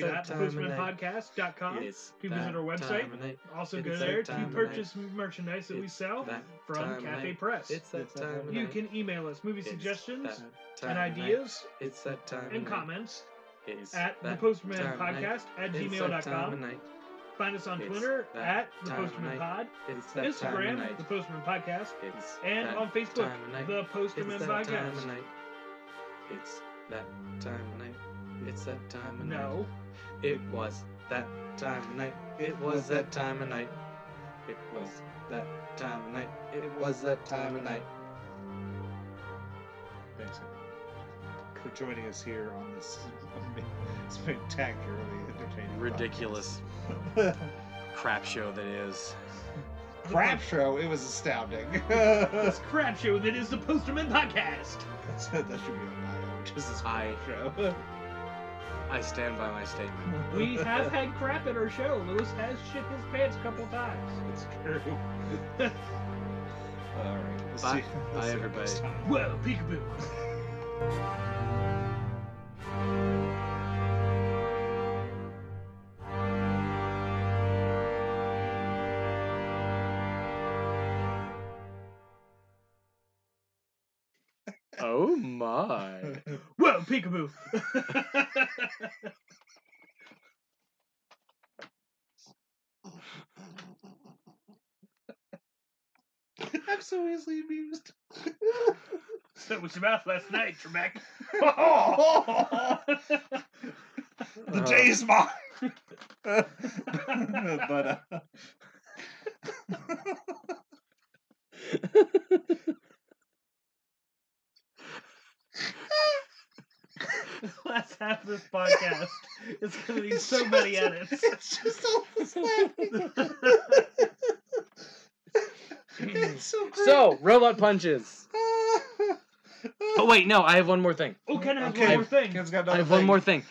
[SPEAKER 5] that time of
[SPEAKER 3] www.policemanpodcast.com.
[SPEAKER 5] It's
[SPEAKER 3] to visit
[SPEAKER 5] that
[SPEAKER 3] our website.
[SPEAKER 5] time of night.
[SPEAKER 3] Also, go
[SPEAKER 5] It's
[SPEAKER 3] there
[SPEAKER 5] that
[SPEAKER 3] to
[SPEAKER 5] time of night.
[SPEAKER 3] purchase merchandise that we
[SPEAKER 5] It's
[SPEAKER 3] sell
[SPEAKER 5] that time
[SPEAKER 3] from
[SPEAKER 5] of
[SPEAKER 3] Cafe
[SPEAKER 5] night.
[SPEAKER 3] Press.
[SPEAKER 5] It's that time of
[SPEAKER 3] You
[SPEAKER 5] night.
[SPEAKER 3] can email us movie
[SPEAKER 5] It's
[SPEAKER 3] suggestions
[SPEAKER 5] that time
[SPEAKER 3] and
[SPEAKER 5] of night.
[SPEAKER 3] ideas
[SPEAKER 5] It's that time of
[SPEAKER 3] and
[SPEAKER 5] night.
[SPEAKER 3] comments
[SPEAKER 5] It's
[SPEAKER 3] at the
[SPEAKER 5] that
[SPEAKER 3] Postman
[SPEAKER 5] time of night.
[SPEAKER 3] Podcast at
[SPEAKER 5] It's that time of
[SPEAKER 3] gmail.com.
[SPEAKER 5] night.
[SPEAKER 3] Find us on
[SPEAKER 5] It's
[SPEAKER 3] Twitter
[SPEAKER 5] that
[SPEAKER 3] at the
[SPEAKER 5] time of
[SPEAKER 3] Postman
[SPEAKER 5] night.
[SPEAKER 3] Pod,
[SPEAKER 5] It's that time of
[SPEAKER 3] Instagram
[SPEAKER 5] night.
[SPEAKER 3] the Postman Podcast,
[SPEAKER 5] It's
[SPEAKER 3] and
[SPEAKER 5] that
[SPEAKER 3] on Facebook
[SPEAKER 5] time of night.
[SPEAKER 3] the Postman
[SPEAKER 5] It's that time of
[SPEAKER 3] Podcast.
[SPEAKER 5] night. It's that time of night. It's that time of night.
[SPEAKER 3] No,
[SPEAKER 5] It was that time of night. It was that time of night. It was that time of night. It was that time of night.
[SPEAKER 1] Thanks for joining us here on this spectacularly entertaining,
[SPEAKER 5] Ridiculous
[SPEAKER 1] podcast.
[SPEAKER 5] crap show that is.
[SPEAKER 1] crap show. It was astounding.
[SPEAKER 3] this
[SPEAKER 1] That's-
[SPEAKER 3] crap show that is the Postman Podcast.
[SPEAKER 1] that should be on my own. Just as
[SPEAKER 5] I
[SPEAKER 1] show.
[SPEAKER 5] I stand by my statement.
[SPEAKER 3] We have had crap at our show. Lewis has shit his pants a couple times.
[SPEAKER 1] It's true. All right. We'll
[SPEAKER 5] Bye.
[SPEAKER 1] see. We'll
[SPEAKER 5] Bye,
[SPEAKER 1] see you
[SPEAKER 5] everybody.
[SPEAKER 1] next time.
[SPEAKER 3] Whoa, peekaboo.
[SPEAKER 5] Oh my.
[SPEAKER 3] Whoa, peekaboo.
[SPEAKER 1] I'm so easily amused.
[SPEAKER 3] that was your mouth last night, Trebek.
[SPEAKER 1] the day is mine. but uh,
[SPEAKER 3] Let's have this podcast. It's going to need so many edits.
[SPEAKER 1] It's just all this laughing. it's so great.
[SPEAKER 2] So, robot punches.
[SPEAKER 1] Ah.
[SPEAKER 2] Oh wait, no, I have one more thing.
[SPEAKER 3] Oh, Ken has
[SPEAKER 1] Okay.
[SPEAKER 3] one more thing.
[SPEAKER 1] Ken's got
[SPEAKER 2] I
[SPEAKER 1] another
[SPEAKER 2] have one
[SPEAKER 1] thing.
[SPEAKER 2] more thing.